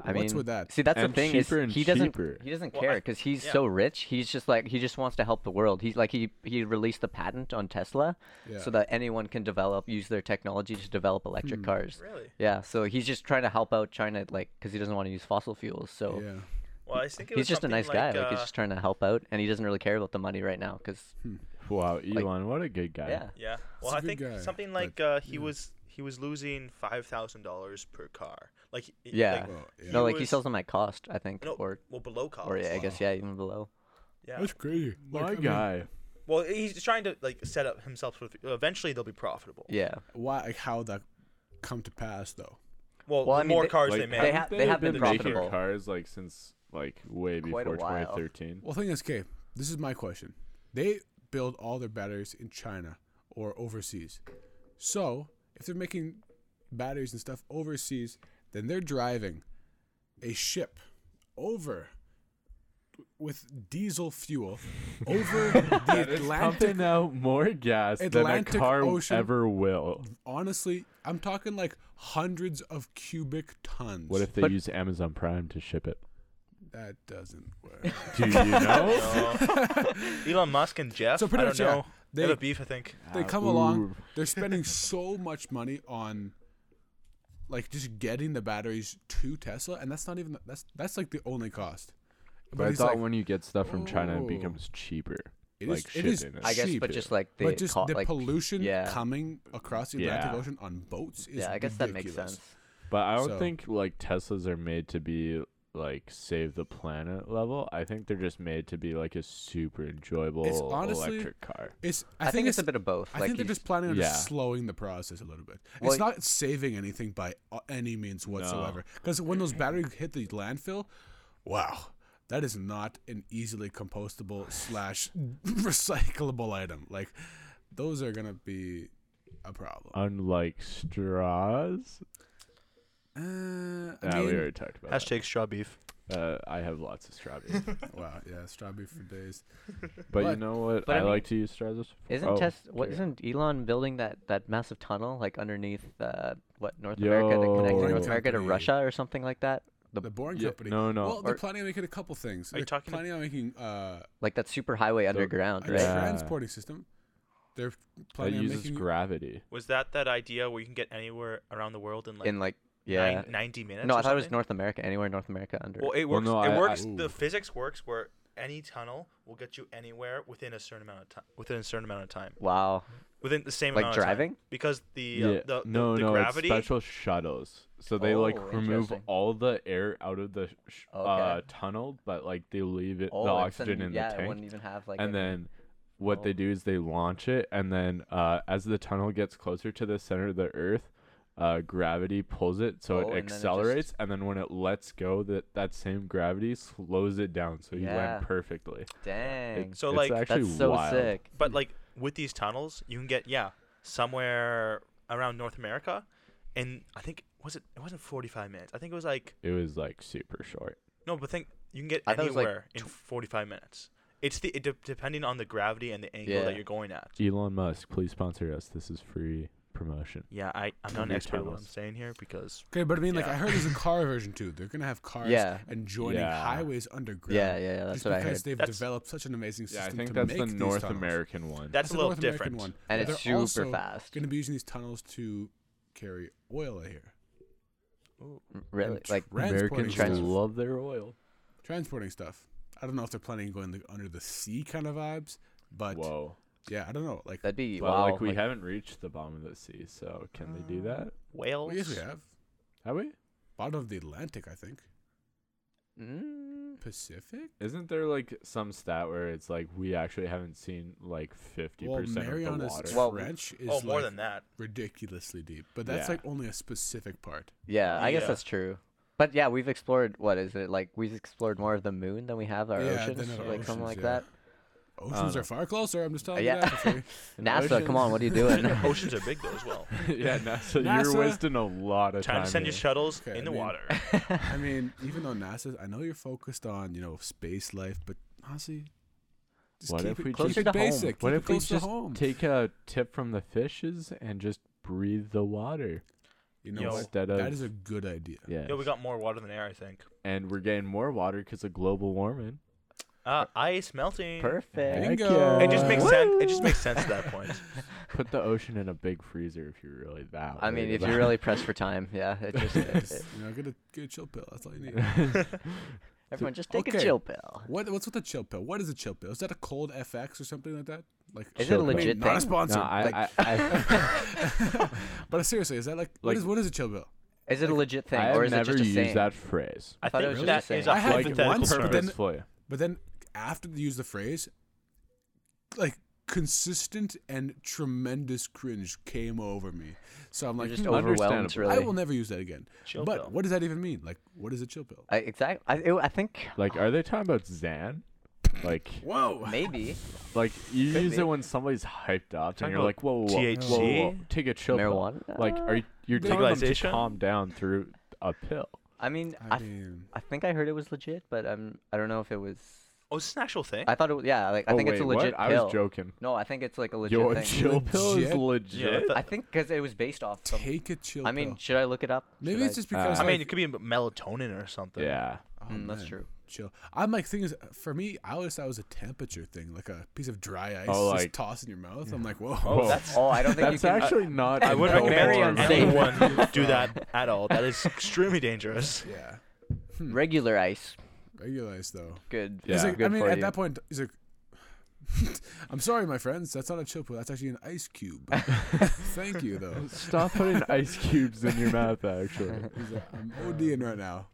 S4: I mean,
S2: what's with that?
S4: See, that's
S3: And
S4: the thing is
S3: cheaper and
S4: he doesn't
S3: cheaper.
S4: he doesn't
S1: Well, I-
S4: care because he's
S1: yeah.
S4: so rich. He's just like he just wants to help the world. He's like he he released the patent on Tesla
S2: Yeah.
S4: so that anyone can develop use their technology to develop electric
S1: Hmm.
S4: cars.
S1: Really?
S4: Yeah, so he's just trying to help out China, like, because he doesn't want to use fossil fuels. So
S2: yeah.
S1: Well, I think it
S4: he's
S1: was
S4: just a
S1: something
S4: nice
S1: like,
S4: guy. Like,
S1: uh,
S4: he's just trying to help out, and he doesn't really care about the money right now. Because
S2: Hmm.
S3: Wow, Elon, what a good guy.
S4: yeah,
S1: Yeah. Well,
S2: a
S1: I
S2: good
S1: think
S2: guy,
S1: something
S2: but,
S1: like uh, he was he was losing five thousand dollars per car. Like he- he-
S4: Yeah.
S1: like,
S2: Well, yeah.
S4: no, like he
S1: was-
S4: sells them at cost, I think,
S1: no,
S4: or
S1: well below cost.
S4: or yeah, I guess yeah, even below.
S1: Yeah.
S2: That's crazy.
S3: My
S2: Like, I mean,
S3: guy.
S1: Well, he's trying to like set up himself with. Eventually, they'll be profitable.
S4: Yeah.
S2: why? Like, how that come to pass though?
S1: Well,
S4: Well,
S1: the
S4: I mean,
S1: more
S4: they-
S1: cars
S3: Like,
S1: they make. [LAUGHS]
S4: they ha- they have been
S3: been making
S4: profitable.
S3: cars like since like way
S4: Quite a
S3: before
S4: while.
S3: 2013.
S2: Well, thing is, okay, this is my question. They build all their batteries in China or overseas. So, if they're making batteries and stuff overseas, then they're driving a ship over with diesel
S3: [LAUGHS]
S2: fuel over the Atlantic.
S3: Pumping out more gas
S2: Atlantic
S3: than a car
S2: Ocean-
S3: ever will.
S2: Honestly, I'm talking like hundreds of cubic tons.
S3: What if they
S4: But-
S3: use Amazon Prime to ship it?
S2: that doesn't work?
S3: Do you know?
S1: No. [LAUGHS] Elon Musk and Jeff.
S2: So pretty
S1: I don't
S2: much, yeah,
S1: know. they
S2: they-
S1: have a beef, I
S2: [LAUGHS]
S1: think.
S2: they
S3: Ah,
S2: come along
S3: ooh.
S2: they're
S3: [LAUGHS]
S2: spending so much money on like just getting the batteries to tesla and that's not even that's that's like the only cost
S3: But I
S2: he's
S3: thought
S2: like,
S3: when you get stuff from China,
S2: "Oh."
S3: it becomes cheaper.
S2: It
S3: like
S2: is- it is
S3: shipping
S4: I
S3: it.
S4: guess,
S2: cheap,
S4: but just like the
S2: but just
S4: co-
S2: the
S4: like,
S2: pollution
S4: yeah.
S2: coming across the atlantic
S3: Yeah.
S2: ocean on boats is
S4: yeah, I guess that makes
S2: ridiculous.
S4: sense.
S3: But I don't
S2: So-
S3: think like Teslas are made to be like save the planet level. I think they're just made to be like a super enjoyable
S2: honestly-
S3: electric car.
S2: it's i,
S4: I, think, it's a bit of both.
S2: I
S4: like e
S2: think they're
S4: he's-
S2: just planning on
S3: Yeah.
S2: just slowing the process a little bit.
S4: Well,
S2: it's not saving anything by uh, any means whatsoever. Because when those batteries hit the landfill, wow, that is not an easily compostable slash [LAUGHS] recyclable item. Like those are gonna be a problem.
S3: Unlike straws.
S2: Uh, I
S3: Ah, we
S2: mean, Uh,
S3: already talked about that.
S1: Hashtag straw beef.
S3: Uh, I have lots
S2: [LAUGHS]
S3: of strawberries,
S2: wow, yeah, strawberry for days.
S3: but you
S2: But-
S3: know what? I,
S4: but I mean-
S3: like to use strawberries. for-
S4: Isn't
S3: oh,
S4: Tes- what
S3: okay.
S4: isn't Elon building that, that massive tunnel like underneath uh, what North America that connects
S3: Yo.
S4: North America to
S2: Company.
S4: Russia or something like that? The-
S2: The Boring
S3: Yeah,
S2: Company.
S3: no, no.
S2: Well, they're
S4: Or-
S2: planning on making a couple things.
S1: Are you
S2: They're
S1: talking
S2: planning on making uh,
S4: Like that super highway
S2: a
S4: underground, right?
S3: Yeah.
S2: transporting system. They're
S3: that
S2: planning on
S3: uses
S2: making
S3: gravity.
S1: Was that that idea where you can get anywhere around the world in like,
S4: In like yeah.
S1: nine, 90 minutes?
S4: no,
S1: or
S4: I thought it was
S1: something?
S4: North America, anywhere in North America under.
S1: Well, it
S3: Well,
S1: works.
S3: no, I-
S1: it
S3: I-
S1: works. the
S2: Ooh.
S1: physics works where any tunnel will get you anywhere within a certain amount of time. Within a certain amount of time.
S4: wow.
S1: Within the same
S4: Like
S1: amount of time.
S4: driving?
S1: because the uh, the, the,
S3: no,
S1: the
S3: no,
S1: gravity.
S3: it's special shuttles. So they like
S4: Oh,
S3: remove
S4: interesting.
S3: all the air out of the sh- uh,
S4: Okay.
S3: tunnel, but like they leave it
S4: Oh,
S3: the
S4: it's an-
S3: oxygen in
S4: yeah,
S3: the
S4: it
S3: tank.
S4: wouldn't even have like.
S3: and
S4: a-
S3: then what they
S4: Oh.
S3: do is they launch it and then uh, as the tunnel gets closer to the center of the earth uh, gravity pulls it so
S4: Oh, and
S3: it
S4: then it just-
S3: accelerates and then when it lets go that that same gravity slows it down so you
S4: Yeah.
S3: land perfectly
S4: dang,
S3: It-
S1: So,
S3: it's
S1: like,
S3: actually
S4: that's so
S3: wild.
S4: sick.
S1: But like with these tunnels, you can get yeah somewhere around North America, and I think was it it wasn't 45 minutes. I think it was like
S3: it was like super short
S1: no, but think you can get
S4: I thought it was, like,
S1: anywhere in 45 minutes. It's the it de- depending on the gravity and the angle
S4: Yeah.
S1: that you're going at.
S3: elon musk please sponsor us this is free promotion
S1: Yeah, I I'm not an
S3: Your
S1: expert at what I'm
S3: tunnels.
S1: saying here because
S2: Okay, but I mean, like,
S1: Yeah.
S2: I heard there's a car version too. They're gonna have cars
S4: Yeah.
S2: and joining
S3: Yeah.
S2: highways underground.
S4: Yeah, yeah, yeah, that's
S2: just
S4: what I
S2: because
S4: heard.
S2: they've
S1: That's-
S2: developed such an amazing system.
S3: yeah i think
S2: to
S3: that's
S2: make
S3: the
S2: these
S3: north
S2: tunnels.
S3: american one
S1: that's, a
S2: the
S1: little
S2: North American
S1: different.
S2: one.
S4: And
S2: But
S4: it's
S2: they're
S4: super
S2: also
S4: fast.
S2: Going to be using these tunnels to carry oil. I hear.
S4: R- Mm, Really,
S2: and
S4: like
S2: transporting
S3: americans
S4: Trans-
S2: stuff.
S3: love their oil
S2: transporting stuff. I don't know if they're planning on going the, under the sea kind of vibes, but
S3: whoa
S2: yeah, I don't know. Like,
S4: that'd be
S3: well
S4: wow. Um,
S3: like we haven't reached the bottom of the sea so can they do that
S1: Whales.
S2: well, yes, we have
S3: have we
S2: bottom of the Atlantic. I think
S4: Mm,
S2: Pacific.
S3: Isn't there like some stat where it's like we actually haven't seen like fifty
S2: Well,
S3: percent of the
S2: Mariana's
S3: water?
S4: Well,
S2: Trench is
S1: Oh, more
S2: like,
S1: than that.
S2: ridiculously deep, but that's
S3: Yeah.
S2: like only a specific part.
S4: yeah, I
S1: Yeah.
S4: guess that's true. But yeah, we've explored what is it like? We've explored more of the moon than we have our
S2: Yeah,
S4: oceans,
S2: than
S4: like
S2: our oceans,
S4: something like
S2: yeah.
S4: that.
S2: Oceans
S3: know.
S2: are far closer. I'm just telling
S4: Um, yeah.
S2: you that for free.
S4: [LAUGHS] NASA, come on, what are
S2: [LAUGHS]
S4: you doing? [LAUGHS]
S1: Oceans are big though as well.
S3: [LAUGHS] yeah, NASA,
S2: NASA?
S3: you're wasting a lot of
S1: Time
S3: time.
S1: to send your
S3: here.
S1: shuttles
S2: Okay,
S1: in
S2: I
S1: the
S2: mean-
S1: water.
S2: I mean,
S1: [LAUGHS]
S2: even though NASA, I know you're focused on you know space life, but honestly, just
S3: What
S2: keep
S3: if
S2: it,
S3: we
S2: keep
S4: just-
S2: it basic. Keep
S3: what
S2: it
S3: if we
S2: close to
S3: just
S2: home.
S3: take a tip from the fishes and just breathe the water
S2: you know
S1: Yo.
S2: what?
S3: instead of
S2: That is a good idea. [LAUGHS]
S3: yeah?
S1: Yo, we got more water than air, I think.
S3: and we're getting more water because of global warming.
S1: Uh, ice melting.
S4: Perfect.
S2: Bingo.
S3: yeah.
S1: It just makes
S3: Woo!
S1: sense. It just makes sense at that point.
S3: Put the ocean in a big freezer if you're really that.
S4: [LAUGHS] I mean,
S3: worried [LAUGHS]
S4: if you're
S3: about
S4: really
S2: [LAUGHS]
S4: pressed for time, yeah, it just
S3: [LAUGHS]
S4: it-
S2: Just,
S4: it-
S2: you know, get a get a chill pill. That's all you need.
S3: it.
S4: everyone just take a
S2: Okay.
S4: chill pill.
S2: What what's with the chill pill? What is a chill pill? Is that a cold FX or something like that? Like
S4: Is
S3: it
S2: I
S3: a
S2: mean,
S4: legit
S2: Not
S4: thing?
S2: a sponsor.
S3: no, I,
S2: like,
S3: I, I,
S2: [LAUGHS]
S3: [LAUGHS]
S2: but seriously, is that like, what
S3: Like-
S2: is what is a chill pill?
S4: Is it a legit [LAUGHS] thing,
S3: I
S4: or
S3: have
S4: is it
S3: never
S4: just a
S3: used
S4: saying?
S3: that phrase.
S1: I
S4: thought it
S1: think
S4: was just
S1: that
S4: a
S1: is
S4: saying.
S1: a
S2: I had
S3: Like
S1: hypothetical
S2: once,
S1: term.
S2: but then-
S3: purposefully.
S2: But then after they use the phrase, like consistent and tremendous cringe came over me. So I'm
S4: You're
S2: like,
S4: just
S2: hmm,
S4: overwhelmed,
S3: understandable.
S2: I
S4: really.
S2: will never use that again.
S1: Chill
S2: but
S1: pill.
S2: what does that even mean? Like, what is a chill pill?
S4: I, exactly. I, it, I think
S3: Like, are they talking about Xan? Like,
S2: Whoa!
S4: maybe
S3: like you
S4: Could
S3: use
S4: be.
S3: it when somebody's hyped up, and
S1: Talking
S3: you're
S1: about
S3: like, whoa, whoa, whoa,
S1: THC?
S3: whoa, whoa, whoa, take a chill. pill.
S4: marijuana.
S3: Like, are you, you're
S2: They-
S3: telling them to
S1: Legalization?
S3: calm down through a pill?
S4: I mean, I,
S2: I
S4: f-
S2: mean,
S4: I think I heard it was legit, but I'm I don't know if it was.
S1: Oh, is this an actual thing?
S4: I thought it was yeah. Like I
S3: Oh,
S4: think
S3: wait,
S4: it's a legit
S3: what? I
S4: pill.
S3: was joking.
S4: No, I think it's like a legit
S3: Your
S4: thing.
S3: chill pill is
S2: Legit?
S1: Yeah, I
S3: legit.
S1: thought-
S4: I think because it was based off. Some,
S2: take a chill
S4: I mean,
S2: pill.
S4: should I look it up?
S2: Maybe
S4: Should
S2: it's
S4: I-
S2: just because
S3: Uh,
S1: I mean,
S2: like-
S1: it could be melatonin or something.
S3: Yeah.
S2: Oh,
S4: Mm, that's
S2: man,
S4: true.
S2: Chill. I'm like things for me. I always thought it was a temperature thing, like a piece of dry ice
S3: Oh, like-
S2: just tossed in your mouth. I'm like, whoa.
S1: Oh,
S2: [LAUGHS]
S3: Whoa.
S1: that's-
S4: Oh, I don't think you
S3: That's
S4: can.
S3: actually not.
S1: I would
S4: No.
S1: recommend
S4: Very unsafe.
S1: anyone do that at all. That
S2: [LAUGHS]
S1: is extremely dangerous.
S2: yeah.
S4: regular ice.
S2: Regular ice though.
S4: Good.
S3: Yeah.
S2: He's like- I
S4: Good
S2: mean,
S4: for
S2: at
S4: you.
S2: that point, he's like, [LAUGHS] I'm sorry, my friends. That's not a chill pill. That's actually an ice cube. Thank you, though.
S3: Stop putting ice cubes in your mouth. Actually,
S2: He's like, I'm ODing right now.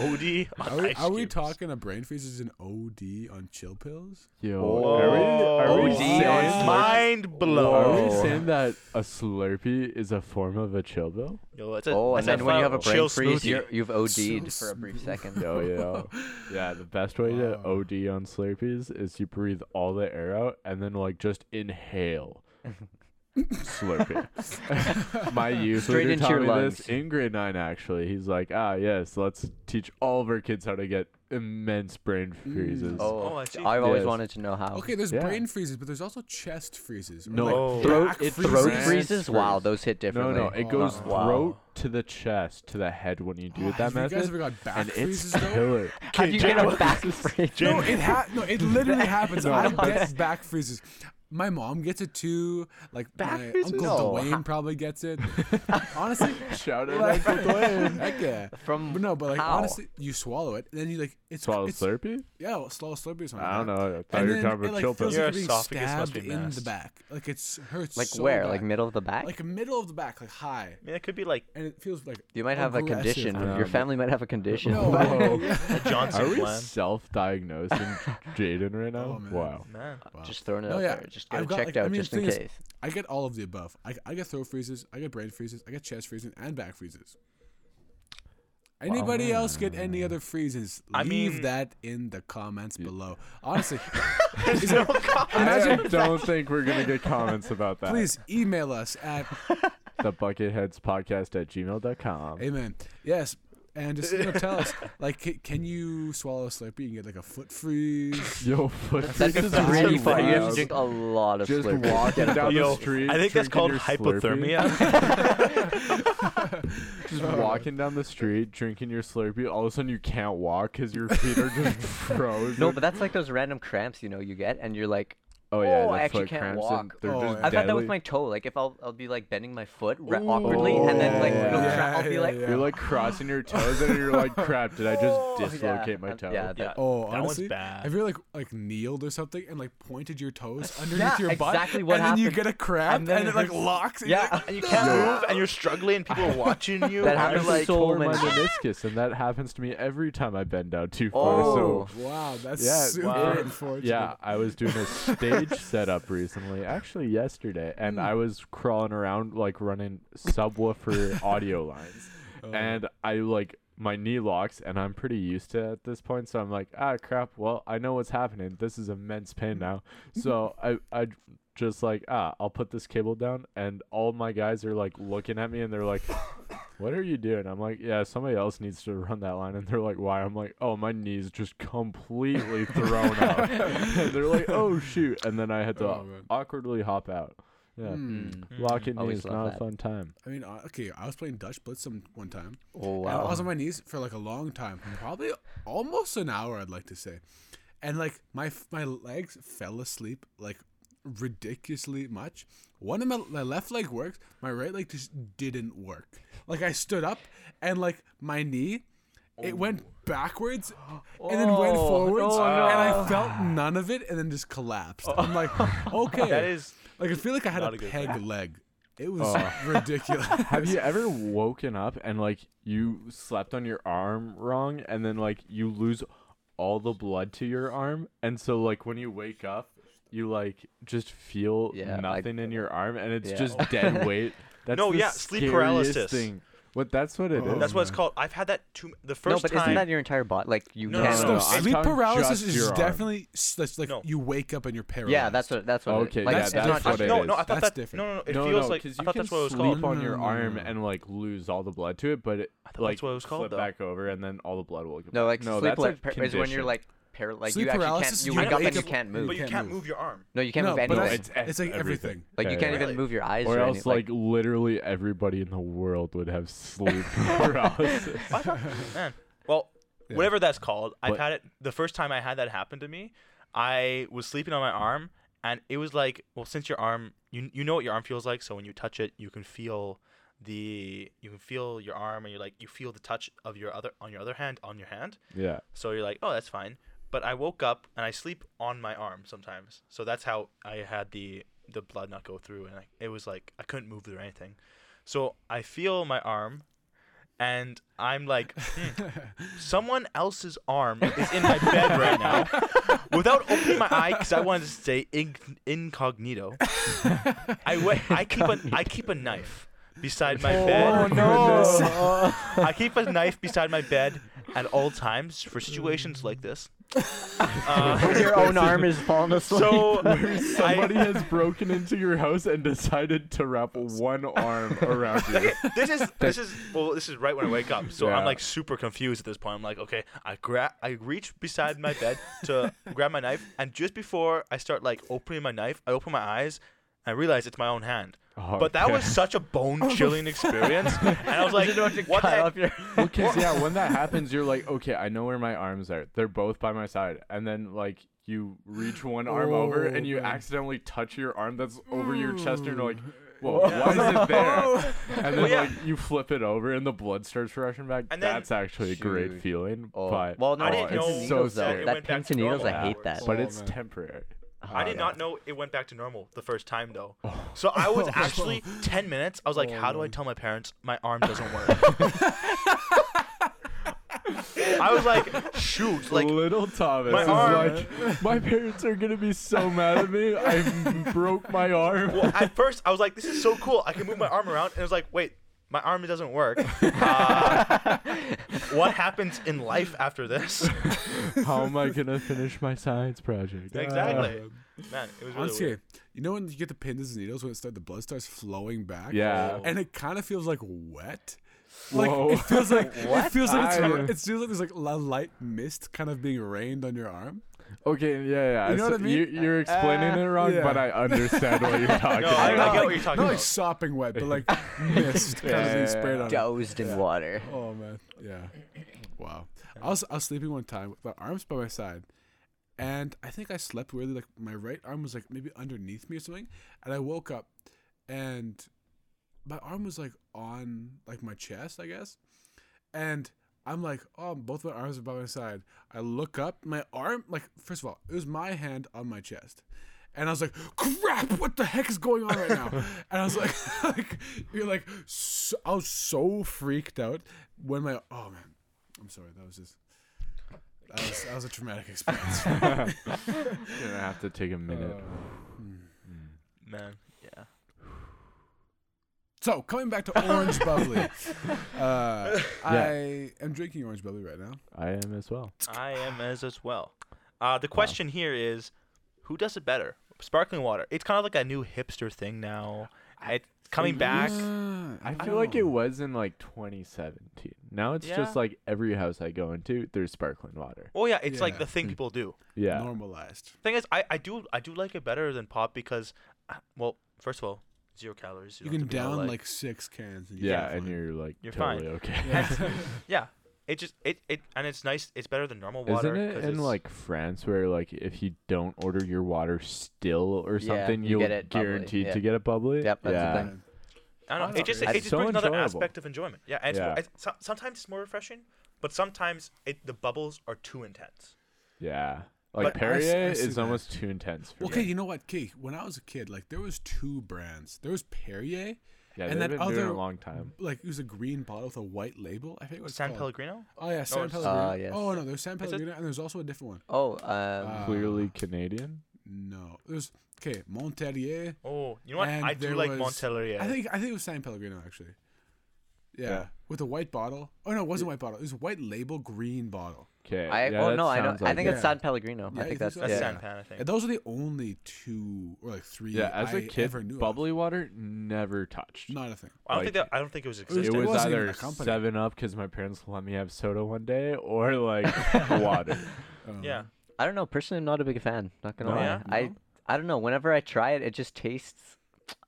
S1: OD on
S2: Are we,
S1: ice
S2: are we
S1: cubes.
S2: talking a brain freeze is an OD on chill pills?
S3: yo,
S1: Oh,
S3: are we, are we
S2: OD
S3: saying,
S2: on
S1: mind
S3: are we
S1: blown.
S3: saying that a Slurpee is a form of a chill [LAUGHS] pill?
S1: Yo, that's a,
S4: Oh,
S1: that's
S4: and then when you have a
S1: fucking chill
S4: brain freeze,
S1: smoothie.
S4: you're, you've OD'd
S2: So
S4: for a brief second.
S3: Yo, yo. Yeah, the best way to
S2: Wow.
S3: OD on Slurpees is you breathe all the air out and then like just inhale Slurpee.
S2: [LAUGHS]
S3: My youth
S4: Straight
S3: leader
S4: into
S3: taught
S4: your
S3: me
S4: lungs.
S3: this in grade nine. Actually, he's like, ah, yes, let's teach all of our kids how to get immense brain freezes.
S1: Oh,
S4: Oh,
S1: I see.
S4: I've always
S3: Yes.
S4: wanted to know how.
S2: Okay, there's
S3: Yeah.
S2: brain freezes, but there's also chest freezes. or,
S3: No,
S1: Oh.
S2: like,
S4: Throat,
S2: back
S4: it
S2: freezes.
S4: throat
S3: freezes.
S4: freezes. Wow,
S2: Freeze.
S4: those hit
S3: no,
S4: differently.
S3: no, it goes
S2: Oh.
S1: Wow.
S3: throat to the chest to the head when you do
S2: Oh,
S3: it that
S2: have you
S3: method,
S2: guys ever got back
S3: and it's
S2: freezes though?
S3: killer. [LAUGHS]
S4: How do you get a back freeze?
S2: No, it ha- no, it literally happens.
S3: No,
S2: I
S3: no.
S2: get back freezes. My mom gets it too. Like
S4: Back
S2: my
S4: freezes?
S2: uncle
S4: No.
S2: Dwayne probably gets it. honestly,
S3: Shout out
S2: [LAUGHS] like,
S3: Uncle Dwayne.
S2: heck yeah.
S4: From
S2: But no, but like
S4: how?
S2: honestly, you swallow it, and then you like it's
S3: Swallow
S2: it's
S3: Slurpee?
S2: yeah, well, swallow slurpee or something.
S3: I don't
S2: like
S3: know. I
S2: that.
S3: thought
S2: And
S3: you were
S2: then
S3: talking
S2: it
S3: about
S2: like
S3: children.
S2: feels
S1: Your
S2: like you're being
S1: esophagus must
S2: stabbed
S1: be
S2: in the
S1: masked.
S2: back. Like it's hurts.
S4: Like
S2: so
S4: where?
S2: Bad.
S4: Like middle of the back?
S2: like middle of the back, like high,
S1: I mean, it could be like
S2: and it feels like
S4: you might have a
S2: aggressive.
S4: condition.
S3: I know,
S4: Your
S3: but-
S4: family might have a
S2: [LAUGHS]
S4: condition.
S2: No,
S1: a Johnson
S3: Are we
S1: plan.
S3: self-diagnosing
S2: [LAUGHS]
S3: J- Jaden right now?
S2: Oh, man.
S3: wow.
S1: Man,
S2: Wow.
S4: Just throwing it
S2: No,
S4: out
S2: yeah,
S4: there. Just get
S2: I've
S4: it
S2: got,
S4: checked
S2: like, I
S4: out
S2: mean,
S4: just
S2: the
S4: in
S2: thing is-
S4: case.
S2: I get all of the above. I, I get throat freezes. I get brain freezes. I get chest freezes and back freezes. Anybody else get any other freezes?
S1: I
S2: Leave
S1: mean-
S2: that in the comments below.
S1: [LAUGHS]
S2: Honestly, [LAUGHS]
S1: there's [LAUGHS] no comment.
S2: [LAUGHS] Imagine- [LAUGHS]
S3: I don't think we're gonna get comments about that.
S2: please email us
S1: [LAUGHS]
S2: at
S3: The Bucketheads Podcast at gmail.com.
S2: amen. Yes, and just you know, tell us like ca- can you swallow a slurpee and get like a foot
S1: [LAUGHS]
S2: freeze?
S3: Yo, foot
S4: That's
S3: freezes
S2: is
S4: really
S3: too
S4: funny. You have
S3: wild.
S4: to drink a lot of
S3: Just
S4: Slurpees.
S3: walking down
S1: Yo,
S3: the street.
S1: I think that's
S3: drinking
S1: called
S3: your Slurpee. [LAUGHS]
S1: hypothermia.
S3: Just walking down the street, drinking your Slurpee. All of a sudden, you can't walk because your feet are just frozen.
S4: No, but that's like those random cramps, you know, you get, and you're like,
S3: oh yeah,
S4: Oh,
S3: the
S4: I actually
S3: foot
S4: can't
S3: cramps
S4: walk.
S3: and they're
S2: Oh,
S3: just
S2: yeah.
S4: I've had that with
S3: deadly.
S4: my toe. Like if I'll, I'll be like bending my foot ra- awkwardly, and then like it'll
S3: yeah.
S4: cramp. I'll be
S2: Yeah,
S4: like,
S2: yeah,
S3: You're like crossing
S4: [LAUGHS]
S3: your toes and you're like, crap, did I just
S4: Oh, yeah.
S3: dislocate my
S4: Um,
S3: toe?
S4: yeah,
S1: [LAUGHS] yeah,
S2: Oh,
S1: that
S2: honestly,
S1: one's bad.
S2: Have you like like kneeled or something and like pointed your
S1: [LAUGHS]
S2: toes underneath
S4: Yeah,
S2: your butt?
S4: exactly what
S2: and then you
S4: happened.
S2: get a cramp and,
S4: And then it
S2: it like
S4: hurts.
S2: locks. and you're
S4: yeah,
S2: like,
S1: and you can't move, and you're struggling, and [LAUGHS] people are watching you.
S4: That
S1: and
S4: happened,
S3: I
S1: it's
S4: like, so
S3: tore my
S4: many- [LAUGHS]
S3: meniscus, and that happens to me every time I bend down too far.
S4: Oh.
S3: So
S2: Wow, that's
S3: Yeah,
S2: super
S1: wow.
S2: unfortunate.
S3: Yeah, I was doing a
S4: [LAUGHS]
S3: stage setup recently, actually yesterday,
S4: Hmm.
S3: and I was crawling around like running
S4: [LAUGHS]
S3: subwoofer audio lines,
S4: Oh.
S3: and I like my knee locks, and I'm pretty used to it at this point, so I'm like, ah, crap. Well, I know what's happening. This is immense pain now, so I I just like ah, I'll put this cable down, and all my guys are like looking at me, and they're
S2: [LAUGHS]
S3: like. What are you doing? I'm like, yeah, somebody else needs to run that line. And they're like, why? I'm like, oh, my knee's just
S2: [LAUGHS]
S3: completely thrown up. And they're like, oh, shoot. And then I had to
S2: Oh, man.
S3: awkwardly hop out. Yeah.
S2: Mm.
S3: Locking knees,
S4: Hmm. Always love
S3: not a
S4: that.
S3: fun time.
S2: I mean, uh, okay, I was playing Dutch Blitz some one time.
S4: oh
S2: And I
S4: wow.
S2: was on my knees for like a long time, probably almost an hour, I'd like to say. And like my f- my legs fell asleep like ridiculously much. One of my, my left leg worked, my right leg just didn't work. Like I stood up and like my knee, it went backwards and then went
S4: Oh,
S2: forwards,
S4: no,
S2: and I
S4: no.
S2: felt none of it, and then just collapsed. I'm like, okay,
S1: That is
S2: like I feel like I had
S1: not
S2: a,
S1: a good
S2: peg
S1: thing.
S2: leg. It was
S3: Oh.
S2: [LAUGHS] ridiculous.
S3: [LAUGHS] Have you ever woken up and like you slept on your arm wrong and then like you lose all the blood to your arm? And so like when you wake up, you like just feel
S4: Yeah, I-
S3: nothing in your arm and it's
S4: Yeah.
S3: just dead
S4: [LAUGHS]
S3: weight. That's
S1: No,
S3: the
S1: yeah, sleep
S3: scariest
S1: paralysis.
S3: Thing. What that's what it is.
S1: that's what it's called. I've had that too. The
S4: No,
S1: first
S4: but
S1: time.
S4: isn't that your entire body? Like you
S1: No, no,
S4: can't.
S2: No,
S1: no, no,
S3: I'm
S2: sleep
S3: talking
S2: paralysis
S3: just
S2: is
S3: your arm.
S2: definitely s- that's like
S1: No.
S2: you wake up and you're paralyzed.
S4: yeah, that's what that's what.
S3: Okay,
S4: it, like,
S3: yeah,
S4: it's
S3: that's
S4: not
S1: I,
S3: what it
S1: no,
S3: is.
S1: no, I thought
S2: That's
S1: that.
S2: different.
S1: No, no, no. It
S3: no,
S1: feels
S3: no,
S1: like
S3: 'cause
S1: I
S3: you
S1: thought
S3: can
S1: that's what it was
S3: sleep
S1: called.
S3: on your
S4: Mm.
S2: No, no, no,
S3: arm
S2: no, no.
S3: and like lose all the blood to it, but it, like
S1: that's what it was called,
S3: flip
S1: though.
S3: back over and then all the blood will come.
S4: No, like
S3: no,
S4: sleep
S3: that's
S4: like,
S3: a
S4: par- is when you're
S3: condition.
S4: like par- like
S2: Sleep
S4: you actually
S2: paralysis
S4: can't.
S2: is
S4: You
S2: you
S4: wake up
S2: wake
S4: and you
S2: up-
S4: can't
S1: But
S4: move.
S1: you can't move your arm.
S4: No, you can't
S2: No,
S4: move
S2: but
S4: anywhere.
S2: that's- It's like everything.
S4: Like you
S3: Yeah,
S4: can't
S3: yeah.
S4: even move your eyes.
S3: Or
S4: or
S3: else,
S4: anything,
S3: like literally everybody in the world would have [LAUGHS] sleep paralysis.
S1: I thought, man. Well, whatever that's called, I've
S3: But-
S1: had it. The first time I had that happen to me, I was sleeping on my arm, and it was like, well, since your arm, you you know what your arm feels like, so when you touch it, you can feel the you can feel your arm, and you're like, you feel the touch of your other on your other hand on your hand.
S3: yeah,
S1: So you're like, oh, that's fine. But I woke up and I sleep on my arm sometimes, so that's how I had the the blood not go through, and I, it was like I couldn't move or anything. So I feel my arm, and I'm like, hmm, someone else's arm is in my bed right now. Without opening my eye, because I wanted to stay inc- incognito. I wa- I keep a I keep a knife beside my
S3: [LAUGHS]
S1: bed.
S3: Oh, no.
S1: [LAUGHS]
S3: [LAUGHS]
S1: I keep a knife beside my bed at all times for situations like this. Uh,
S4: Your own arm is falling asleep.
S1: so
S3: [LAUGHS] Somebody
S1: I,
S3: has broken into your house and decided to wrap one arm around you.
S1: this is this is well this is right when I wake up. So
S3: Yeah.
S1: I'm like super confused at this point. I'm like, okay, I grab I reach beside my bed
S3: [LAUGHS]
S1: to grab my knife and just before I start like opening my knife, I open my eyes and I realize it's my own hand.
S3: Oh,
S1: But that
S3: okay.
S1: was such a bone
S3: [LAUGHS]
S1: chilling [LAUGHS] experience. And I was like, [LAUGHS] what the
S4: cut
S1: heck?
S4: off your.
S3: Well, cause yeah, when that happens, you're like, okay, I know where my arms are. They're both by my side, and then like you reach one arm over and you accidentally touch your arm that's over your chest, and you're like, whoa, why is [LAUGHS] it there? And then
S1: Well, yeah.
S3: like you flip it over, and the blood starts rushing back.
S1: And then-
S3: that's actually a great
S4: Shoot.
S3: feeling,
S4: Oh,
S3: but
S4: well, no,
S1: I didn't
S3: it's
S1: know
S3: so
S4: needles, though.
S1: that it
S3: scary.
S4: That
S1: went back
S4: pins
S1: to
S4: and needles,
S1: normal
S4: I hate
S1: afterwards.
S4: that.
S3: but
S2: Oh,
S3: it's
S2: man.
S3: temporary. Oh,
S1: I did not know it went back to normal the first time though. So I was actually 10 minutes. I was like, how do I tell my parents my arm doesn't work? I was like, shoot, like
S3: little Thomas
S1: my
S3: is
S1: arm-
S3: like, my parents are gonna be so mad at me. I
S1: [LAUGHS]
S3: broke my arm.
S1: well, at first I was like, this is so cool. I can move my arm around. And I was like, wait, my arm doesn't work. Uh, what happens in life after this?
S3: How am I gonna finish my science
S1: [LAUGHS]
S3: project?
S1: exactly. Man, it was really
S2: Uh, Honestly,
S1: weird.
S2: you know when you get the pins and needles when it start, the blood starts flowing back.
S3: Yeah.
S2: and it kind of feels like wet. Like
S3: Whoa.
S2: it feels
S3: [LAUGHS]
S2: like it feels like it's,
S3: I-
S2: it feels like there's like a light mist kind of being rained on your arm.
S3: Okay, yeah, yeah.
S2: You know
S3: so
S2: what I mean?
S3: You, you're explaining
S4: Uh,
S3: it wrong,
S2: yeah.
S3: but I understand what
S2: [LAUGHS]
S3: you're talking
S1: [LAUGHS] No, I, I
S3: about.
S1: get
S2: Not
S1: what you're talking
S2: Not
S1: about.
S2: like sopping wet, but
S3: [LAUGHS]
S2: like mist kind of
S3: Yeah.
S2: being sprayed
S3: um,
S2: on. it.
S4: Dosed in water.
S2: Oh man, yeah. Wow. I was I was sleeping one time with my arms by my side, and I think I slept weirdly. Like my right arm was like maybe underneath me or something, and I woke up, and my arm was like on like my chest, I guess, and. I'm like, oh, both my arms are by my side. I look up, my arm, like, first of all, it was my hand on my chest. And I was like, crap, what the heck is going on right now? and I was like, [LAUGHS] like you're like, so, I was so freaked out when my, oh man, I'm sorry, that was just, that was, that was a traumatic
S3: [LAUGHS]
S2: experience. [LAUGHS] Hmm.
S3: You're [LAUGHS] gonna have to take a minute. Hmm.
S1: Man, yeah.
S2: so coming back to orange bubbly, uh, I am drinking orange bubbly right now.
S3: [LAUGHS] I am as well.
S1: I am as as well. Uh, the question here is, who does it better? Sparkling water. It's kind of like a new hipster thing now. It's coming back.
S2: Ah,
S3: I
S2: don't
S3: feel like
S2: know.
S3: it was in like 2017. Now it's just
S1: Yeah.
S3: like every house I go into, there's sparkling water.
S1: Oh yeah, it's like
S2: Yeah.
S1: the thing
S3: Mm.
S1: people do.
S3: Yeah.
S2: normalized.
S1: Thing is, I, I do I do like it better than pop because, uh, well, first of all, zero calories.
S2: You
S1: don't
S2: can
S1: have to be all
S2: down
S1: like-
S2: like six cans. And
S3: yeah,
S2: you're
S3: and
S2: fine.
S3: you're like
S1: You're
S3: totally okay. [LAUGHS]
S1: yeah. It just it, it and it's nice. It's better than normal water.
S3: Isn't it
S1: 'cause
S3: in
S1: it's-
S3: like France where like if you don't order your water still or
S4: Yeah,
S3: something,
S4: you
S3: you'll
S4: get it bubbly,
S3: guaranteed
S4: yeah.
S3: to get it bubbly?
S4: Yep, that's the
S3: yeah.
S4: thing.
S1: I don't know. It just it,
S3: It's
S1: it just
S3: so
S1: brings another
S3: enjoyable.
S1: aspect of enjoyment. Yeah, and it's,
S3: Yeah.
S1: More, it's, so- sometimes it's more refreshing, but sometimes it the bubbles are too intense.
S3: Yeah.
S2: But
S3: Like
S2: I s- I
S3: Perrier
S2: see
S3: is
S2: that.
S3: almost too intense for
S2: Okay,
S3: me.
S2: you know what, Kate? When I was a kid, like there was two brands. There was Perrier,
S3: Yeah,
S2: and that
S3: they've been doing it
S2: other-
S3: a long time.
S2: like it was a green bottle with a white label. I think it was
S1: San
S2: called.
S1: Pellegrino.
S2: Oh yeah, San
S1: it's-
S2: Pellegrino.
S4: Ah, yes.
S2: Oh no, there's San
S1: It's a-
S2: Pellegrino, and there's also a different one.
S4: Oh, um,
S2: Uh,
S3: Clearly Canadian.
S2: No, there's okay Monterrier.
S1: Oh, you know what?
S2: And
S1: I do
S2: there
S1: like
S2: was-
S1: Montelier.
S2: I think I think it was San Pellegrino actually. Yeah,
S3: Yeah.
S2: with a white bottle. Oh no, it wasn't a white bottle. It was a white label, green bottle.
S3: Okay.
S4: I
S3: yeah,
S4: oh
S3: that
S4: no, I
S3: sounds
S4: don't. I
S3: like
S4: think
S3: it.
S2: it.
S4: it's San Pellegrino.
S2: Yeah, you
S4: I think
S2: think
S4: that's
S2: so?
S1: that's
S4: yeah.
S1: San Pan. I think.
S2: And those are the only two or like three.
S3: Yeah, as
S2: a
S3: a kid,
S2: ever knew of.
S3: bubbly water never touched.
S2: Not a thing.
S1: I don't think
S3: like-
S1: that. I don't think it was
S2: was-
S1: existing.
S3: it
S2: it
S3: was
S2: wasn't even
S3: either
S2: a company.
S3: Seven Up because my parents let me have soda one day, or
S2: [LAUGHS]
S3: like water.
S2: Um,
S1: yeah.
S4: I don't know. Personally, I'm not a big fan. Not gonna
S3: No?
S4: lie.
S1: Yeah?
S4: I I don't know. Whenever I try it, it just tastes.